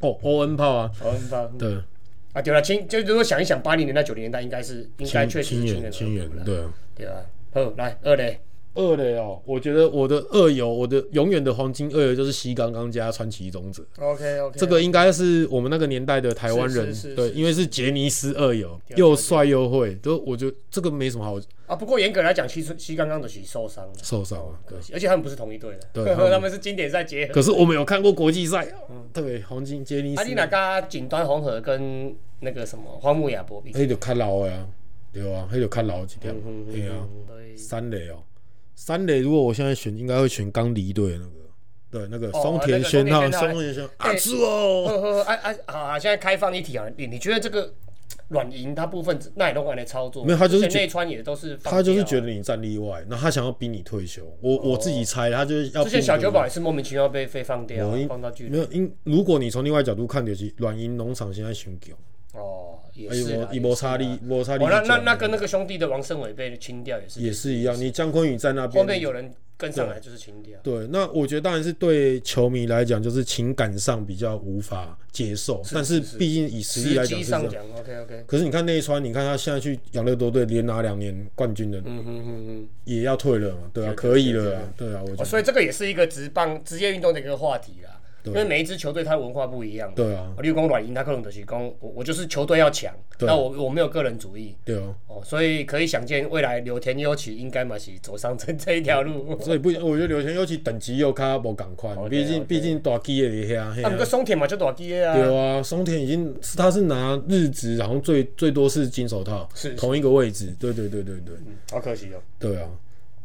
哦，欧恩炮啊，王芳对， 啊，对了，青就如果想一想，八零年代、九零年代应该是应该确实是清远清清人远的，对啊。对吧？好，来二垒，二垒哦，我觉得我的二游，我的永远的黄金二游就是西冈刚加川崎宗者， OK OK，这个应该是我们那个年代的台湾人啊是是是，对，是因为是杰尼斯二游，对又帅又会，都我觉得这个没什么好啊，不过严格来讲，西西刚刚的是受伤了，受伤啊。对可，惜，而且他们不是同一队的，对他们 他们是经典赛结合。可是我们有看过国际赛，嗯对，黄金杰尼斯阿，丽娜跟锦端红河跟那个什么荒木亚博比，那就看老的啊，对啊，那就看老几嗯条，对啊，所以三垒哦，三垒如果我现在选，应该会选刚离队的那个，对，那个哦松田那个宣松田浩，宣浩松田宣浩哎阿朱哦，呵呵，啊啊，好啊，现在开放一题啊，你你觉得这个软银它部分奈龙安的操作，没有他就是而且觉内穿也都是放他就是掉啊哦觉得你站例外，然后他想要逼你退休，我我自己猜，他就是要之逼前你小退酒休保也是莫名其妙被被放掉啊我一，放到巨没人。有，因如果你从另外角度看，就是软银农场现在熊狗，哦，也哎是啦呦，一摩擦。也力，是啦摩擦力哦，很那强啊。那那跟那个兄弟的王胜伟被清掉也是，也是一样，你姜昆宇在那边，后面有人跟上来就是清掉。对，那我觉得当然是对球迷来讲，就是情感上比较无法接受，但是毕竟以实力实来讲际是这上样。讲，OK OK，可是你看那一川，你看他现在去养乐多队连拿两年冠军的，嗯哼哼哼。也要退了嘛，对啊，可以了啊，对啊，我觉哦，得所以这个也是一个职棒职业运动的一个话题啦，因为每一支球队它文化不一样嘛。哦对啊，例如讲软银，他可能就是讲我我就是球队要强，对那我我没有个人主义对啊，哦，所以可以想见未来柳田优起应该嘛是走上这这一条路。所以不，我觉得刘谦尤其等级又卡无赶快，毕竟毕竟大基的遐，嘿啊，不啊过松田嘛就大基的啊，对啊，松田已经是他是拿日职，然后最最多是金手套，是是同一个位置。对对对对对好可惜哦。对啊！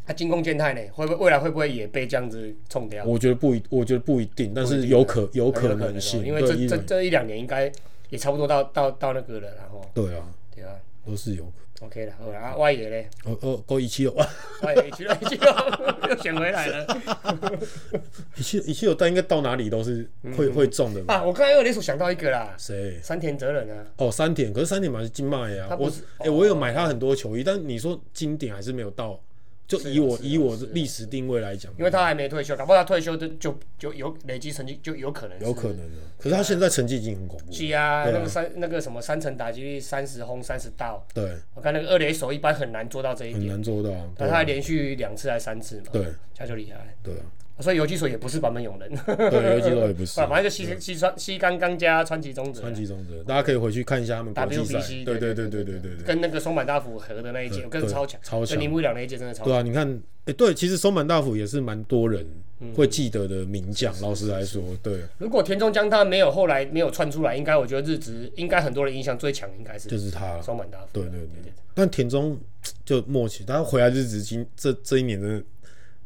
那金攻健太呢？会不会未来会不会也被这样子冲掉？我觉得不一，我觉得不一定，但是有可有啊可很有可能哦能性，因为对这一这人这一两年应该也差不多到到到那个了，然后对啊，对啊都是有。 ，OK 啦，好啦，啊，外野嘞，哦哦，够一七有哇，外野 去了去了，又选回来了 一七一七有，但应该到哪里都是会会中的嘛。啊！我刚才又联手想到一个啦，谁？山田哲人啊，哦，三点，可是三点嘛是金麦呀他。不我是哦哎，我有买他很多球衣，但你说经典还是没有到。就以啊我以我历史定位来讲，因为他还没退休，搞不好他退休就就就有累积成绩，就有可能是有可能啊。可是他现在成绩已经很恐怖了。是啊，对啊那个三那个什么三层打击率三十轰三十道，对，我看那个二垒手一般很难做到这一很点，难做到啊。但对他啊还连续两次还三次嘛，对这样就厉害了。对啊，所以游击手也不是版本永人，对，尤其都也 不是啊，反正就西西川西冈刚加川崎宗川子，崎中泽，大家可以回去看一下他们国际赛 WBC。对对对对对对对对。跟那个松坂大辅合的那一届，对跟超强，对超强跟铃木一朗那一届真的超对强。啊，你看，哎，对，其实松坂大辅也是蛮多人嗯会记得的名将。老实来说，对，如果田中将他没有后来没有窜出来，应该我觉得日职应该很多人印象最强应该是就是他。松坂大辅。对对对。但田中就默契，他回来日子今这这一年真的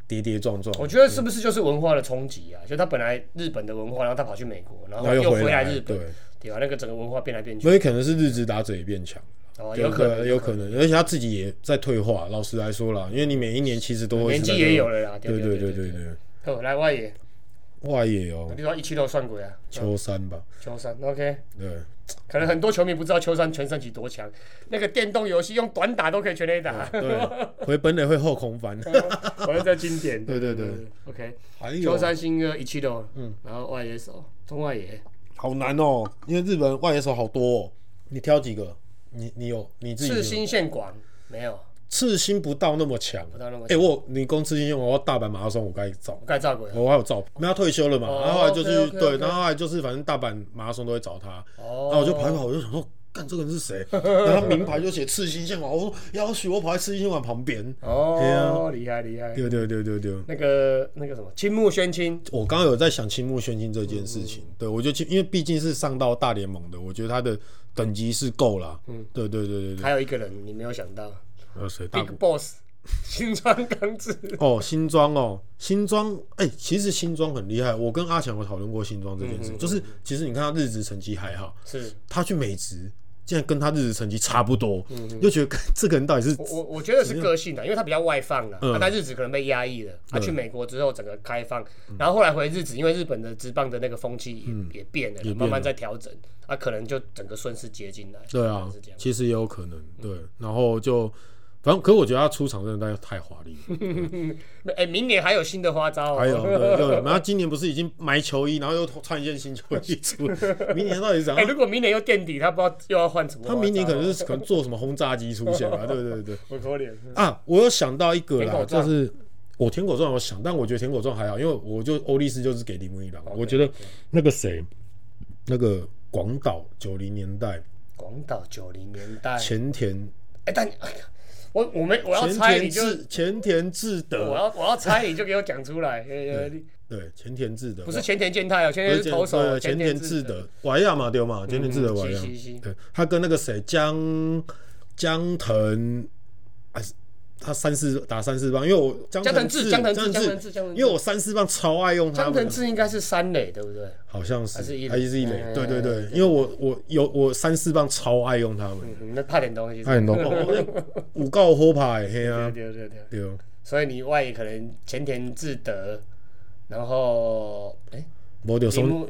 跌跌撞撞，我觉得是不是就是文化的冲击啊？就他本来日本的文化，然后他跑去美国，然然后后又又回来来日本，对，对吧、那个整个文化变来变去，所以可能是日子打者也变强。哦，对有可能对有可能，而且他自己也在退化。老实来说啦，因为你每一年其实都会年纪是在退也化有了啦。对对对对对对，对。哦好，来外野，外野哦，你说一七六算鬼啊？秋山吧，秋山，OK。对， 可能很多球迷不知道秋山全身体多强，那个电动游戏用短打都可以全垒打， 对，回本垒会后空翻，反正这经典。嗯对对对哎，OK。还有秋山新哥一七六，嗯，然后外野手中外野，好难哦，因为日本外野手好多哦，你挑几个？你你有你自己有赤心线广没有，刺心不到那么强，不到那么哎，我你攻刺心用，我要大阪马拉松我该找我。盖照鬼啊我还有照片，因为他退休了嘛，哦然后后来就是 OK，OK，OK 对，然后后来就是反正大阪马拉松都会找他，哦然后我就跑一跑，我就想说，干这个人是谁？然后他名牌就写刺心线丸，我说要许我跑在刺心线丸旁边，对啊，哦厉害厉害。对对对对对。那个那个什么青木宣清，我刚刚有在想青木宣清这件事嗯情，对我就因为毕竟是上到大联盟的，我觉得他的等级是够啦。嗯，对对对对对。还有一个人你没有想到还有谁？大，Big Boss 新川刚志，哦，新庄哦，新庄，哎、其实新庄很厉害。我跟阿强有讨论过新庄这件嗯事，就是其实你看他日职成绩还好，是他去美职竟然跟他日职成绩差不多，嗯就觉得 这个人到底是我我我觉得是个性的，因为他比较外放了，嗯他在日子可能被压抑了，他去美国之后整个开放，嗯然后后来回日子，因为日本的职棒的那个风气也也变了，慢慢在调整，他可能就整个顺势接进来，对可啊能是这样，。嗯其实也有可能对。然后就反正，可我觉得他出场真的太华丽了。哎、明年还有新的花招、哦，还有，对对， 对然后今年不是已经买球衣，然后又穿一件新球衣出， 明年到底是怎哎、样？如果明年又垫底，他不知道又要换什么花他招，明年可能是可能做什么轰炸机出现吧？对对对我可怜。啊！我有想到一个舔啦，狗壮就是我舔狗壮有想，但我觉得舔狗壮还好，因为我就欧力士就是给铃木一郎，我觉得那个谁，那个广岛九零年代广岛九零年代，哎、前田但哎呀我我们我要前猜田你就，智前田智我德，要我要猜你就给我讲出来，呃呃对前田智德不是前田健太哦，前不田是前投手，对前田智德。德，瓦亚嘛对嘛，前田智德嗯瓦是亚是是，对，他跟那个谁江江腾，还是他三四打三四棒，因为我江江腾志志，江腾志，江江腾腾志，江腾因志为我三四棒超爱用他江们腾的，志应该是三垒，对不对？好像是还是一垒还是一垒嗯，对对对，因为我我有我三四棒超爱用他们，嗯，那怕点东西。爱很多，哦那五告火 牌嘿 对啊，对对对。对哦，所以你外野可能前田智德，然后哎，我有铃松木，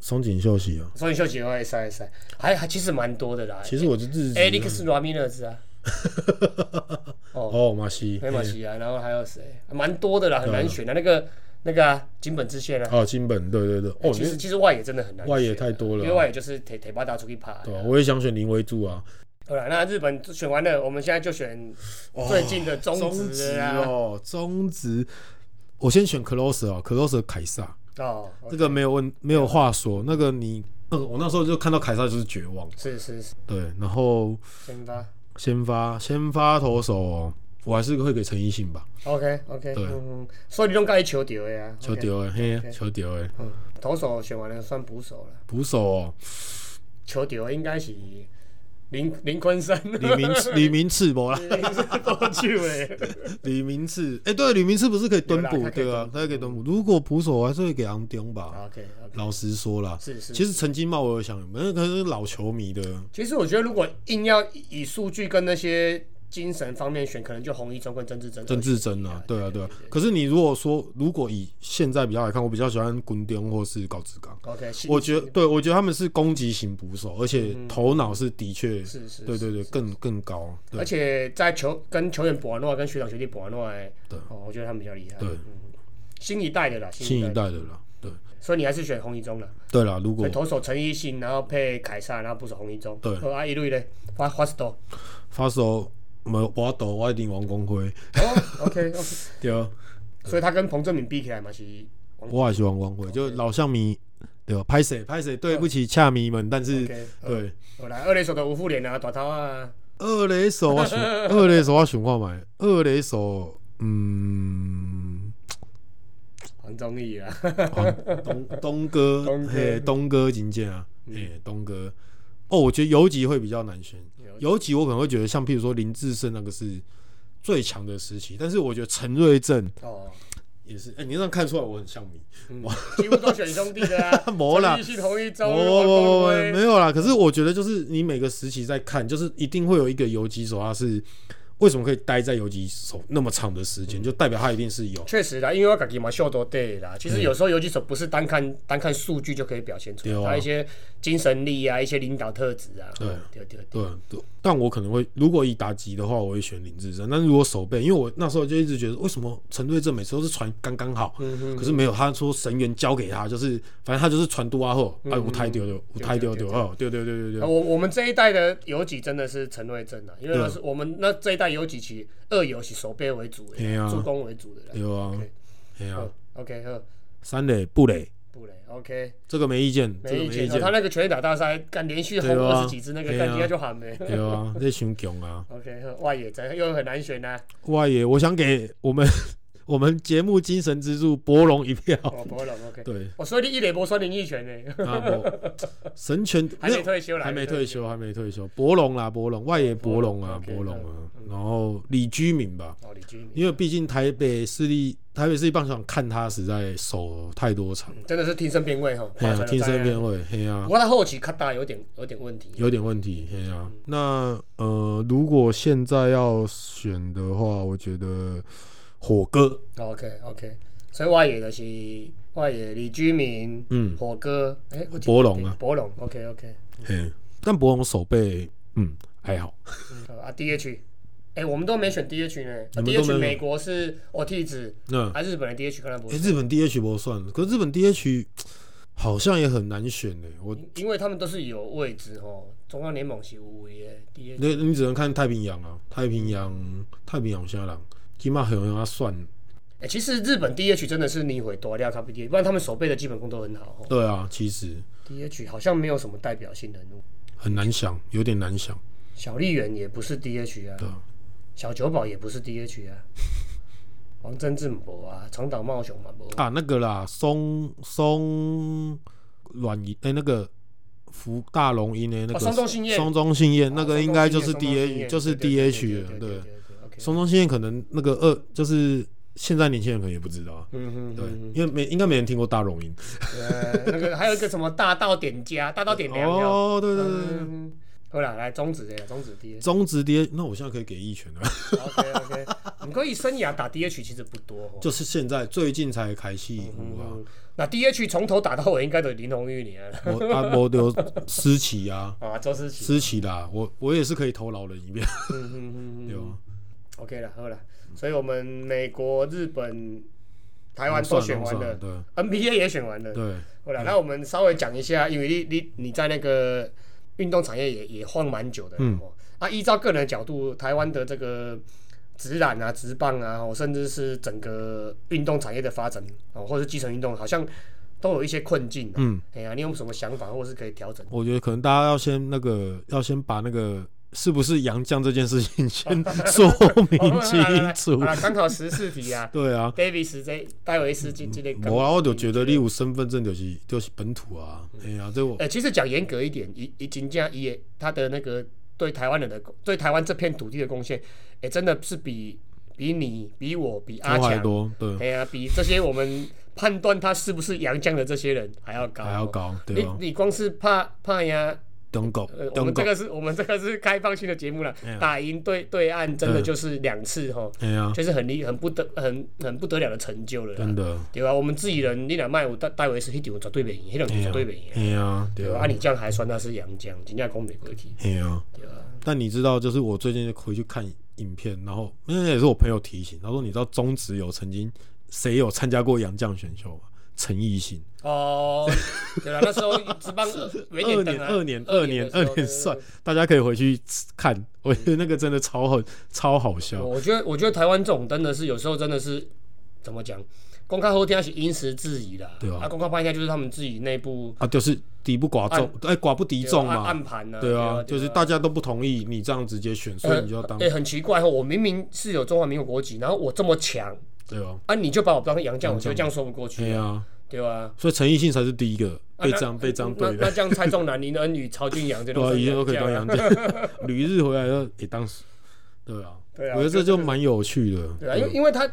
松井秀喜啊，所以秀吉外野塞塞，还还其实蛮多的啦。其实我是日籍 啊 Alex Ramirez 啊，哦马西黑马奇嗯啊，然后还有谁？蛮多的啦，很难选的。那个那个啊，金本智宪啊，啊哦金本对对对哦哎其实其实外野真的很难选啊，外野太多了啊因为外野就是铁铁巴达出去爬。对啊，我也想选林威柱啊，好了，那日本选完了，我们现在就选最近的中哦中职职了啊。哦，中职，我先选 closer 啊，closer 凯撒，哦，这个没有问，没有话说。那个你，那个我那时候就看到凯撒就是绝望，是是是，对。然后先发。先发先发投手、哦，我还是会给陈奕迅吧， OK OK，对嗯，所以你拢介意球丢的啊？球 OK，丢哎，嘿，球丢哎，嗯，投手选完了算捕手了，捕手、哦，球丢的应该是林林坤山， 李明李明赤博啦，多趣味。李明赤，哎、对，李明赤不是可以蹲有捕啦他可以对啊蹲，捕他可以蹲捕。如果捕手，我还是会给昂丢吧。 OK OK，老实说啦，是是其实陈金茂我有想，那可是老球迷的，其实我觉得，如果硬要以数据跟那些精神方面选，可能就洪一中跟曾志珍。郑志珍啊，对啊，对啊。可是你如果说，如果以现在比较来看，我比较喜欢滚丢或是高志刚。 OK，新我觉得，对我觉得他们是攻击型捕手，而且头脑是的确，是是对对对，更更高。对而且在球跟球员博诺跟学长学弟博诺，对哦，我觉得他们比较厉害。对嗯新一代的啦，新新一一代的，代的啦，对所以你还是选洪一中了。对啦，如所果以投手陈奕迅，然后配凯撒，然后捕手洪一中。对哦啊，一路嘞，花花石多。发手没我抖，我一定王光辉，哦，OK， 对啊，所以他跟彭正敏比起来嘛，是我也喜欢光辉，就老象迷，对吧？啊拍谁拍谁，对不起恰迷们，但是 OK。对好啦，二垒手的吴富连啊，大头啊，二垒手我 选二垒手我选看买，二垒手嗯，黄宗义啊， 东东哥东哥嗯嘿东哥金健啊，嘿东哥。哦，我觉得游击会比较难选，游击我可能会觉得像譬如说林志胜那个是最强的时期，但是我觉得陈瑞正哦，也是，哎、你这样看出来我很像你。，几乎都选兄弟的 啊没啦陈奕迅、洪一我中、啊黄我光我辉没有啦，可是我觉得就是你每个时期在看，就是一定会有一个游击手，他是为什么可以待在游击手那么长的时间，就代表他一定是有。确实啦，因为我自己嘛秀多对啦。其实有时候游击手不是单看单看数据就可以表现出对来，啊他一些精神力啊，一些领导特质啊。对对对对，对对，但我可能会，如果以打击的话，我会选林志胜。但是如果守备，因为我那时候就一直觉得，为什么陈队正每次都是传刚刚好，可是没有他说神员交给他，就是反正他就是传多阿后，哎，五台丢丢，五台丢丢，哦，丢丢丢丢啊丢，我我们这一代的游击真的是陈瑞正啊，因为对啊那是我们那这一代游击其实二游是守备为主的对啊，助攻为主的啦。丢啊 OK，哎呀好，OK，呵，三垒布垒，布雷，OK，这个没意见，这个没意见。见哦他，那个全垒打大赛，干连续轰对啊二十几支，那个对啊干底下就喊没。对啊， 这熊强啊！ OK，呵外野真又很难选啊呐。外野，我想给我们我们节目精神支柱博龙一票。哦，博龙 OK。对，我所以你一垒博双林一拳 呢，啊， 博神拳还没退休啦，还没退休，还没退休，博龙啦，博龙，外野博龙啊，哦 OK，嗯博龙啊，然后李居民吧，哦，李居民因为毕竟台北市立台北市立棒球场看他实在守太多场，嗯真的是听声辨位哈，嘿发啊，传听声单啊辨位，嘿啊不，过他后期卡大有点有点问题，有点问题，嘿啊。那呃，如果现在要选的话，我觉得火哥， OK OK，所以外野的是外野李居民、嗯，火哥，哎，我记博龙啊博龙 OK OK，嘿，但博龙手背，嗯，还好，啊 DH，哎，我们都没选 DH 呢啊你们都没嗯有，DH 美国是 o t 子，那还日本的 DH 看他不哎、，日本 DH 不算，可是日本 DH 好像也很难选呢、我因为他们都是有位置哦，中央联盟是无位的 DH，那你只能看太平洋啊，太平洋，太平洋虾郎，起码很容易算。哎，其实日本 DH 真的是你毁多料咖啡 DH，不然他们手背的基本功都很好哦对啊，其实，DH 好像没有什么代表性人物。很难想，有点难想。小丽媛也不是 DH 啊，对啊小九保也不是 DH 啊，王真正博啊，长岛茂雄嘛博，啊，那个啦，松松软银，哎、那个福大龙鹰的那个哦松中信彦哦松中信彦那个应该就是松中信 DH，彦就是对对对 DH 对了。对，对对，OK，松中信彦可能那个二就是现在年轻人可能也不知道啊，嗯哼，对，因为没应该没人听过大龙鹰。呃，那个还有一个什么大道点家，大道点娘娘，哦，对对对对，嗯，好啦，来终止这个，终止 DH，OK 中职 DH，那我现在可以给一拳啊了。 OK，你可以生涯打 DH 其实不多哦，就是现在最近才开戏嗯有啊，那 DH 从头打到尾应该都是林红玉你啊，我啊我有思琪啊，啊，周思琪，思琪啦，我我也是可以投老人一遍，嗯哼哼对哼。吧？ OK 了，好了，所以我们美国、日本、台台湾都选完了对，NBA 也选完了。对，好了，那我们稍微讲一下，因为你你你在那个运动产业也也晃蛮久的，嗯哦，啊，依照个人的角度，台湾的这个职篮啊、职棒啊，哦，甚至是整个运动产业的发展哦，或是基层运动，好像都有一些困境、啊。嗯，哎呀、你有什么想法，或是可以调整？我觉得可能大家要先那个，要先把那个是不是杨绛这件事情先说明清楚好。了，刚好十四题啊对啊， ，Davis 这戴维斯今今天刚我啊我就觉得你有身份证就是嗯就是本土啊，哎呀，这我呃，其实讲严格一点，以以金价以他的那个对台湾人的对台湾这片土地的贡献，哎、真的是比比你、比我、比阿多还强，多，对，哎呀、比这些我们判断他是不是洋将的这些人还要高，哦还要。高，对啊你吧？你光是怕怕呀，中国呃，，我中哎们这国，个是我们这个是开放性的节目了，打赢对对岸真的就是两次哈，哎呀，就是很厉很不得很很不得了的成就了啦，真的，对吧、啊我们自己人，你俩卖我戴戴维斯那场绝对没赢，那场绝对没赢，哎呀，对对吧、啊啊，，你这样还算他是洋将，人家攻美国去，哎呀。对啊吧、但你知道，就是我最近回去看影片，然后那也是我朋友提醒，他说你知道中职有曾经谁有参加过洋将选秀吗？陈奕迅，哦，对了，那时候职 棒没二点灯年啊，二年二年二年算算。，大家可以回去嗯看，我觉得那个真的超好超好笑。我觉得，我觉得台湾这种真的是有时候真的是怎么讲，公开后天是因时制宜啦，对啊公开办应该就是他们自己内部啊，就是敌不寡众，哎，寡不敌众暗嘛暗，盘呢，对啊，就是大家。家都不同意你这样直接选，所以你就要当哎、，很奇怪哦，我明明是有中华民国国籍，然后我这么强对吧？啊，你就把我当洋将，我觉得这样说不过对去，啊，对吧？所以陈奕迅才是第一个嗯啊被那这样被这样那对那的，这样蔡仲南、林恩宇、曹俊阳这对种啊，是一样都可以洋当将啊洋将， 旅日回来了，也当时，对啊。对啊，我觉得这就蛮有趣的。对啊，因为因为他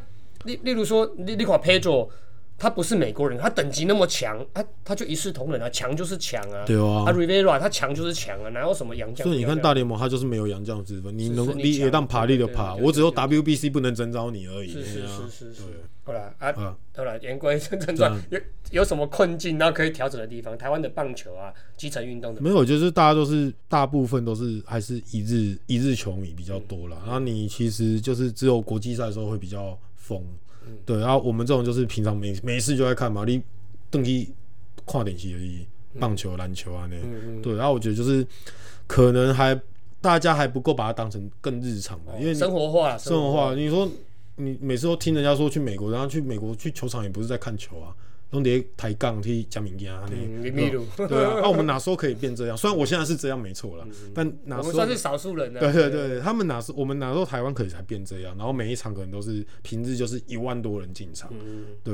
例例如说，例例如 Pedro，他不是美国人，他等级那么强，他他就一视同仁啊，强就是强啊。对啊啊 Rivera 他强就是强啊，哪有什么洋将？所以你看大联盟，它就是没有洋将之分，你能够是你你也强当爬力的对对爬，对对我只有 WBC 不能征召你而已。是哎是呀是是是对。好啦啊，啊好啦，言归 正传，有有什么困境，然后可以调整的地方？台湾的棒球啊，基层运动的，没有，就是大家都是大部分都是还是一日一日球迷比较多嗯啦。然后你其实就是只有国际赛的时候会比较疯，嗯对。然后我们这种就是平常没没事就在看嘛，你登去跨点戏而已，棒球、篮球啊那，嗯对。然后我觉得就是可能还大家还不够把它当成更日常的，因为你哦生活化啦，生活化，你说你每次都听人家说去美国，然后去美国去球场也不是在看球啊，弄点抬杠去加名啊，嗯，你林密鲁， 对啊，那我们哪时候可以变这样？虽然我现在是这样没错啦，但嗯我哪们时候算是？少数人啊。对对对，他们哪时我们哪时候台湾可以才变这样？然后每一场可能都是平日就是一万多人进嗯场，对，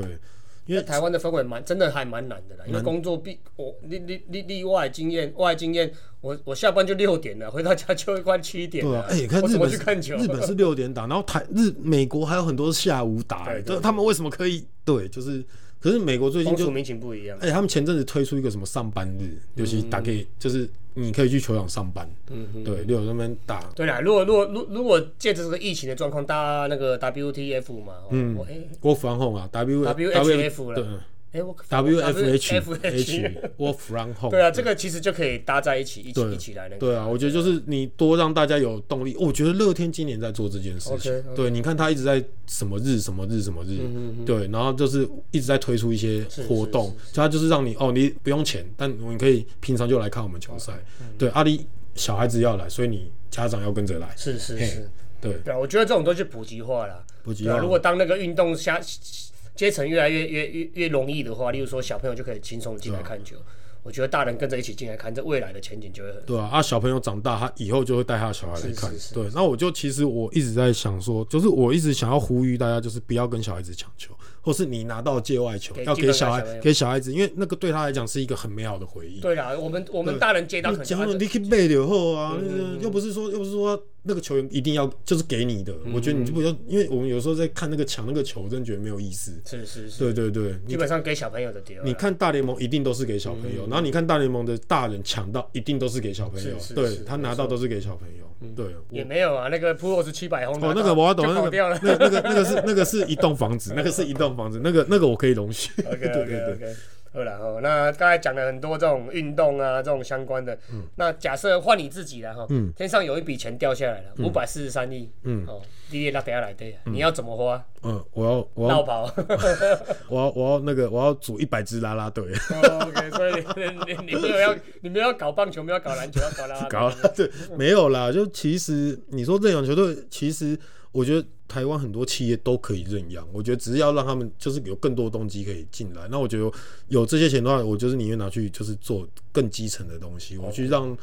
因在为台湾的氛围蛮真的还蛮难的啦，因为工作必我例例例例外经验，外经验，我我下班就六点了，回 到家就快七点对了。啊，哎、你看我日怎么本去是，看球？日本是六点打，然后台日美国还有很多是下午打、对哎对对，他们为什么可以？对，就是，可是美国最近风就俗民情不一样。而且他们前阵子推出一个什么上班日，嗯尤其打给就是你可以去球场上班，嗯对，六那边打，对啦，如果如果如如果借着这个疫情的状况，搭那个 WTF 嘛，嗯，我哎我防控啊，W WHF 对了哎我，W F H WFH，我防控，对啊，这个其实就可以搭在一起，一起对一起来那个。对啊，我觉得就是你多让大家有动力。我觉得乐天今年在做这件事情 OK，OK 嗯对，你看他一直在什么日什么日什么日，对，然后就是一直在推出一些活动，就他就是让你哦，你不用钱，但你可以平常就来看我们球赛。嗯对，阿、啊、里小孩子要来，所以你家长要跟着来，是是是，对，对啊，我觉得这种都是普及化啦。不急对啊，要如果当那个运动下阶层越来越越越越容易的话，例如说小朋友就可以轻松地进啊来看球，我觉得大人跟着一起进来看，这未来的前景就会很。对啊，啊，小朋友长大，他以后就会带他的小孩来看。是是是对，那我就其实我一直在想说，就是我一直想要呼吁大家，就是不要跟小孩子抢球，或是你拿到界外球给要基给本给小孩小朋友给小孩子，因为那个对他来讲是一个很美好的回忆。对啦，我们我们大人接到你可能讲啊了，这你去背了后啊，那个又不是说又不是说那个球员一定要就是给你的，我觉得你嗯就不要，因为我们有时候在看那个抢那个球，真的觉得没有意思。是是是，对对对，你基本上给小朋友的丢啦。你看大联盟一定都是给小朋友，然后你看大联盟的大人抢到一定都是给小朋友嗯是是，对是他拿到都是给小朋友，对。也我没有啊，那个 Pro 是七百轰的，哦，那个我要就懂，那跑个 掉了。 那那个那个是那个是一栋房子，那个是一栋房子，那个那个我可以容许。对 OK 对 OK 对， OK，好了哦，那刚才讲了很多这种运动啊，这种相关的。嗯那假设换你自己了哈，天上有一笔钱掉下来嗯了，五百四十三亿，嗯，哦，你也那等下来对，啊你要怎么花？嗯，我要我绕要跑。我要我要那个我要组一百支啦啦队，哦 OK，所以你你你 没有要，你没有要搞棒球，没有要搞篮球，要搞啦啦队。搞啦啦队没有啦，就其实你说认养球队，其实我觉得台湾很多企业都可以认养，我觉得只是要让他们就是有更多动机可以进来。那我觉得有这些钱的话，我就是宁愿拿去就是做更基层的东西，我去让。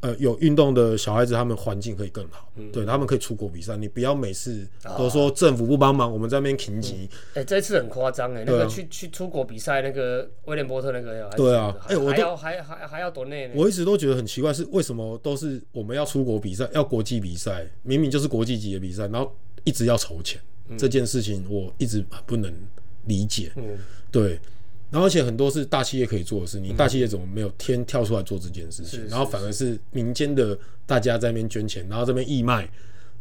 呃有运动的小孩子，他们环境可以更好，对他们可以出国比赛。你不要每次都说政府不帮忙，我们在那边评级。哎、这次很夸张哎，那对个啊去去出国比赛，那个威廉波特那个，还对啊还哎我还都要还还还要夺内呢。我一直都觉得很奇怪，是为什么都是我们要出国比赛，要国际比赛，明明就是国际级的比赛，然后一直要筹钱，这件事情我一直很不能理解。嗯对，然后而且很多是大企业可以做的事，你大企业怎么没有天跳出来做这件事情？然后反而嗯是民间的大家在那边捐钱，然后这边义卖。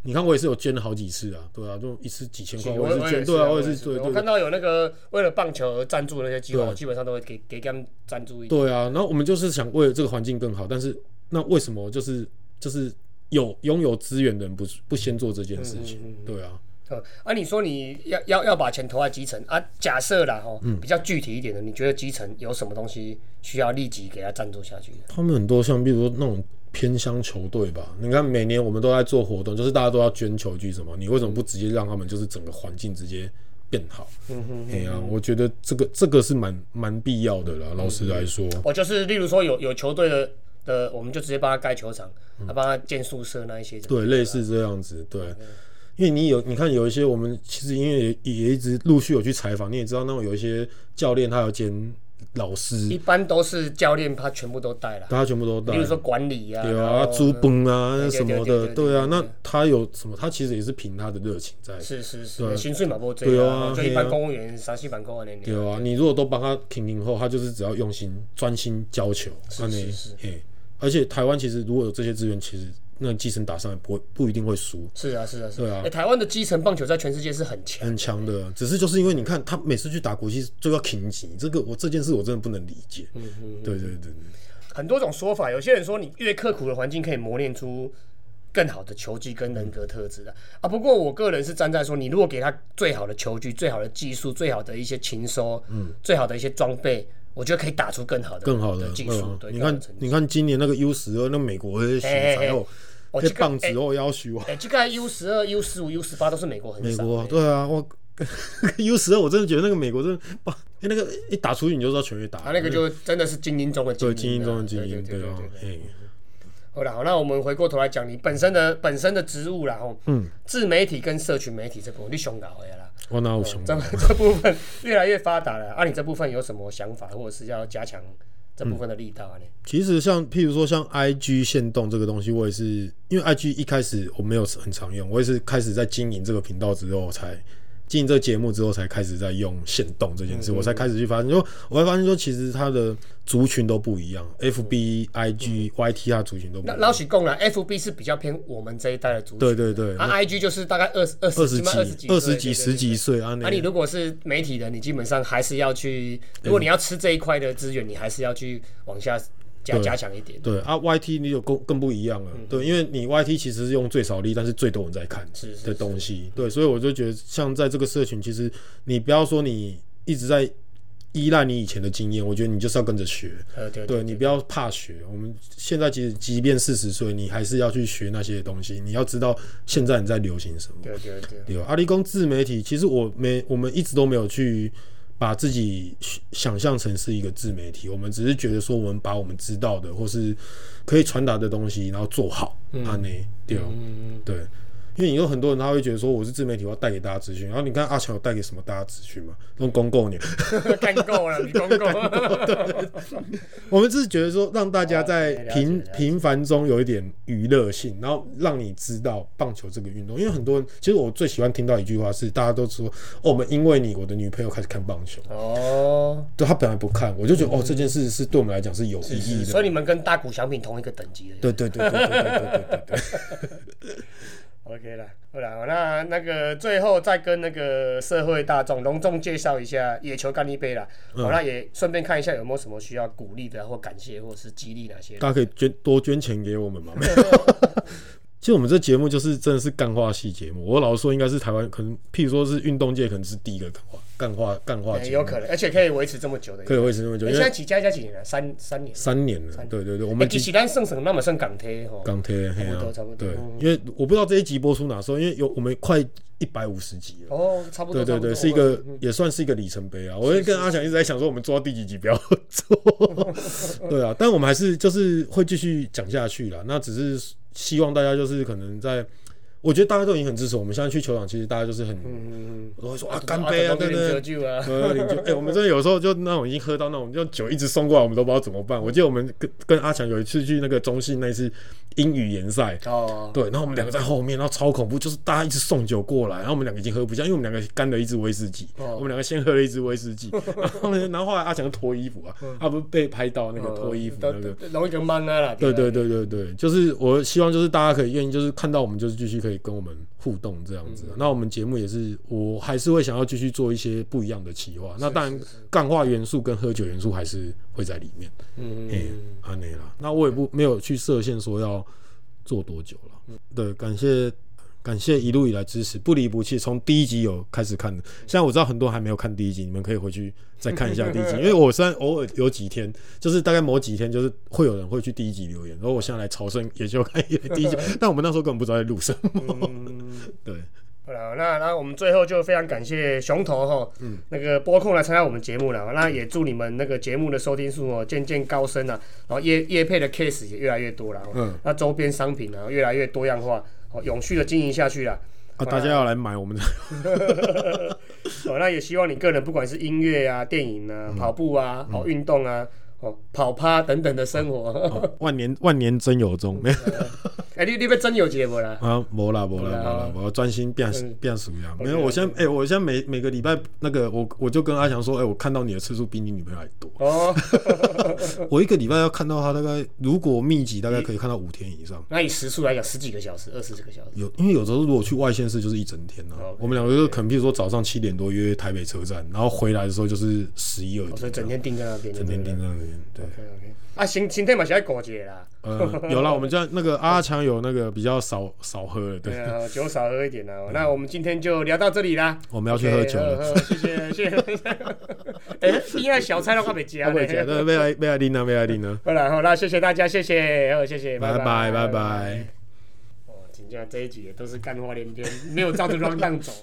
你看我也是有捐了好几次啊，对啊，就一次几千块，我也是捐，对啊，我也是对我对看对到有那个为了棒球而赞助的那些机构，对啊我基本上都会给给他们赞助一点。对啊。然后我们就是想为了这个环境更好，但是那为什么就是就是有拥有资源的人不不先做这件事情？对啊，嗯啊，你说你要要要把钱投在基层啊？假设啦，哦，嗯比较具体一点的，你觉得基层有什么东西需要立即给他赞助下去的？他们很多像比如说那种偏乡球队吧，你看每年我们都在做活动，就是大家都要捐球具什么，你为什么不直接让他们就是整个环境直接变好？嗯哎呀、我觉得这个这个是蛮蛮必要的啦，老实来说，哦，就是例如说有有球队的的，我们就直接帮他盖球场，啊，帮他建宿舍那一些的。对，类似这样子，对。嗯因为你有，你看有一些我们其实因为也也一直陆续有去采访，你也知道那种有一些教练他要兼老一师，般都是教练他全部都带了，他全部都带例如，说管理啊，对然啊，后租崩啊对对什么对对的，对对啊对对，那对他有什么？他其实也是凭他的热情在是是对是，薪水嘛不多，对啊就嘿啊一般公务员三四万块那对年。啊，你如果都帮他停停后，他就是只要用心专心教球，那是你是嘿，而且台湾其实如果有这些资源，其实那基层打上来不会不一定会输，是啊是啊是对啊诶台湾的基层棒球在全世界是很强很强的。只是就是因为你看他每次去打国际就要停级，这个我这件事我真的不能理解。对对对对，很多种说法，有些人说你越刻苦的环境可以磨练出更好的球技跟人格特质的啊。不过我个人是站在说，你如果给他最好的球技、最好的技术、最好的一些勤收，嗯，最好的一些装备，我觉得可以打出更好的、更好的技术嗯。对，你更好看的成绩你看今年那个 U 十二，那美国的嘿选嘿材哦，我那这个棒子哦要求啊，哎、这个 U 十二、U 十五、U 十八都是美国很美少。国对啊，我 U 十二我真的觉得那个美国真的棒，哎那个一打出去你就知道全垒打，啊，那个就真的是精英中的对精英啊，精英中的精英，对对对啊对，对。嘿。好了，好，那我们回过头来讲你本身的本身的职务啦，吼，嗯，自媒体跟社群媒体这部分你熊搞回来啦，我哪有想这到？这部分越来越发达了。啊，你这部分有什么想法，或者是要加强这部分的力道啊？你其实像譬如说像 IG 限动这个东西，我也是因为 IG 一开始我没有很常用，我也是开始在经营这个频道之后才。经营这个节目之后，才开始在用限动这件嗯事，我才开始去发现说，我会发现说，其实它的族群都不一样，FB、IG、YT 它的族群都不一嗯那样。老许共了，FB 是比较偏我们这一代的族群，对对对，啊那，IG 就是大概二十二二十十起码几、二二十十几几、十。对对对几岁啊，啊，你如果是媒体人，你基本上还是要去，如果你要吃这一块的资源，你还是要去往下加加强一点。对啊，YT 你就更更不一嗯样了，对，因为你 YT 其实是用最少力，但是最多人在看是是的东西，对，所以我就觉得像在这个社群，其实你不要说你一直在依赖你以前的经验，我觉得你就是要跟着学，呃，对对你不要怕学。我们现在其实即便四十岁，你还是要去学那些东西，你要知道现在你在流行什么。对对对，有哦阿里工自媒体，其实我没，我们一直都没有去把自己想象成是一个自媒体，我们只是觉得说，我们把我们知道的或是可以传达的东西，然后做好，啊内对哦，对，因为有很多人他会觉得说，我是自媒体，我要带给大家资讯，然后你看阿强有带给什么大家资讯嘛？用公共年， 干够了，你公 够。我们只是觉得说，让大家在哦，OK，了解平了解平凡中有一点娱乐性，然后让你知道棒球这个运动。因为很多人，其实我最喜欢听到一句话是，大家都说，哦，我们因为你，我的女朋友开始看棒球。哦，对，她本来不看，我就觉得，哦，这件事是对我们来讲是有意义所的。以你们跟大谷翔平同一个等级的。对对对对对对对对对对。 OK 啦，好啦，那那个最后再跟那个社会大众隆重介绍一下野球干一杯啦。嗯好、那也顺便看一下有没有什么需要鼓励的，或感谢，或是激励哪些人。大家可以捐多捐钱给我们嘛？没有。其实我们这节目就是真的是干话系节目，我老实说，应该是台湾可能，譬如说是运动界，可能是第一个干话，干话干话哎节目，有可能，而且可以维持这么久的。可以维持那么久，你因现在为起家加几年了？三三年。三年了，对对对，我我们一几起咱剩剩那么剩港铁吼，港铁黑不啊多差不对多，嗯，因为我不知道这一集播出哪时候，因为有我们快一百五十集了。哦，差不多。嗯对对差不多对，是一个也算是一个里程碑啊！我跟阿翔一直在想说，我们做到第几集不要做， 对啊，但我们还是就是会继续讲下去啦。那只是希望大家就是可能在，我觉得大家都已经很支持我们。现在去球场，其实大家就是很嗯都会说啊干杯啊，对不对折？旧啊，喝 零酒，哎、我们真的有时候就那种已经喝到那种，就酒一直送过来，我们都不知道怎么办。我记得我们跟跟阿强有一次去那个中信那一次英语联赛，哦，对，然后我们两个在后面，然后超恐怖，就是大家一直送酒过来，然后我们两个已经喝不下，因为我们两个干了一支威士忌，我们两个先喝了一支威士 忌，然后呢，然后后来阿强就脱衣服啊，他不是被拍到那个脱衣服那都个。都容易就懵啊啦。嗯对吧对，对对对，就是我希望就是大家可以愿意，就是看到我们就是继续可以跟我们互动这样子。啊那我们节目也是，我还是会想要继续做一些不一样的企划。那当然，干化元素跟喝酒元素还是会在里面。嗯，安内啦。那我也不没有去设限说要做多久了。对，感谢。感谢一路以来支持，不离不弃。从第一集有开始看的，现在我知道很多人还没有看第一集，你们可以回去再看一下第一集。因为我虽然偶尔有几天，就是大概某几天，就是会有人会去第一集留言，然后我现在来朝圣也就看一眼第一集，但我们那时候根本不知道在录什么。对，好了，那那我们最后就非常感谢熊头哈，嗯那个播控来参加我们节目了，那也祝你们那个节目的收听数哦渐渐高升啊，然后业业配的 case 也越来越多了，嗯，那周边商品啊越来越多样化，哦，永续的经营下 去啦。啊，大家要来买我们的， 哦，那也希望你个人不管是音乐啊、电影嗯啊、跑步啊、哦运动啊、哦跑趴等等的生活，万年万年真有中，没有 哎，你你被真有节目啦，啊，没啦没啦没啦啊，我要专心变变属羊。没有，我现在哎、我现在每每个礼拜那个我我就跟阿翔说，哎、我看到你的次数比你女朋友还多。哦，我一个礼拜要看到他大概，如果密集大概可以看到五天以上。那以时速来讲，十几个小时、二十几个小时，有，因为有时候如果去外县市就是一整天呢、 OK，我们两个就可能，譬如说早上七点多约台北车站，然后回来的时候就是十一二哦所点以这样，整天盯在那边，整天盯在那边。对， OK，啊，心心态嘛是爱顾一下啦，呃，有啦，我们家那个阿强有那个比较少少喝了，对对，啊，酒少喝一 点啦。那我们今天就聊到这里啦。我们要去喝酒了。 OK，喝，喝谢谢谢谢。 哎，应该小菜都还没加阿呢伟。姐，对，贝来贝来琳啊，贝来琳啊， 好啦好啦，谢谢大家，谢谢，好谢谢，拜拜拜拜。哦，请假这一集也都是干话连篇，没有照着 round 走。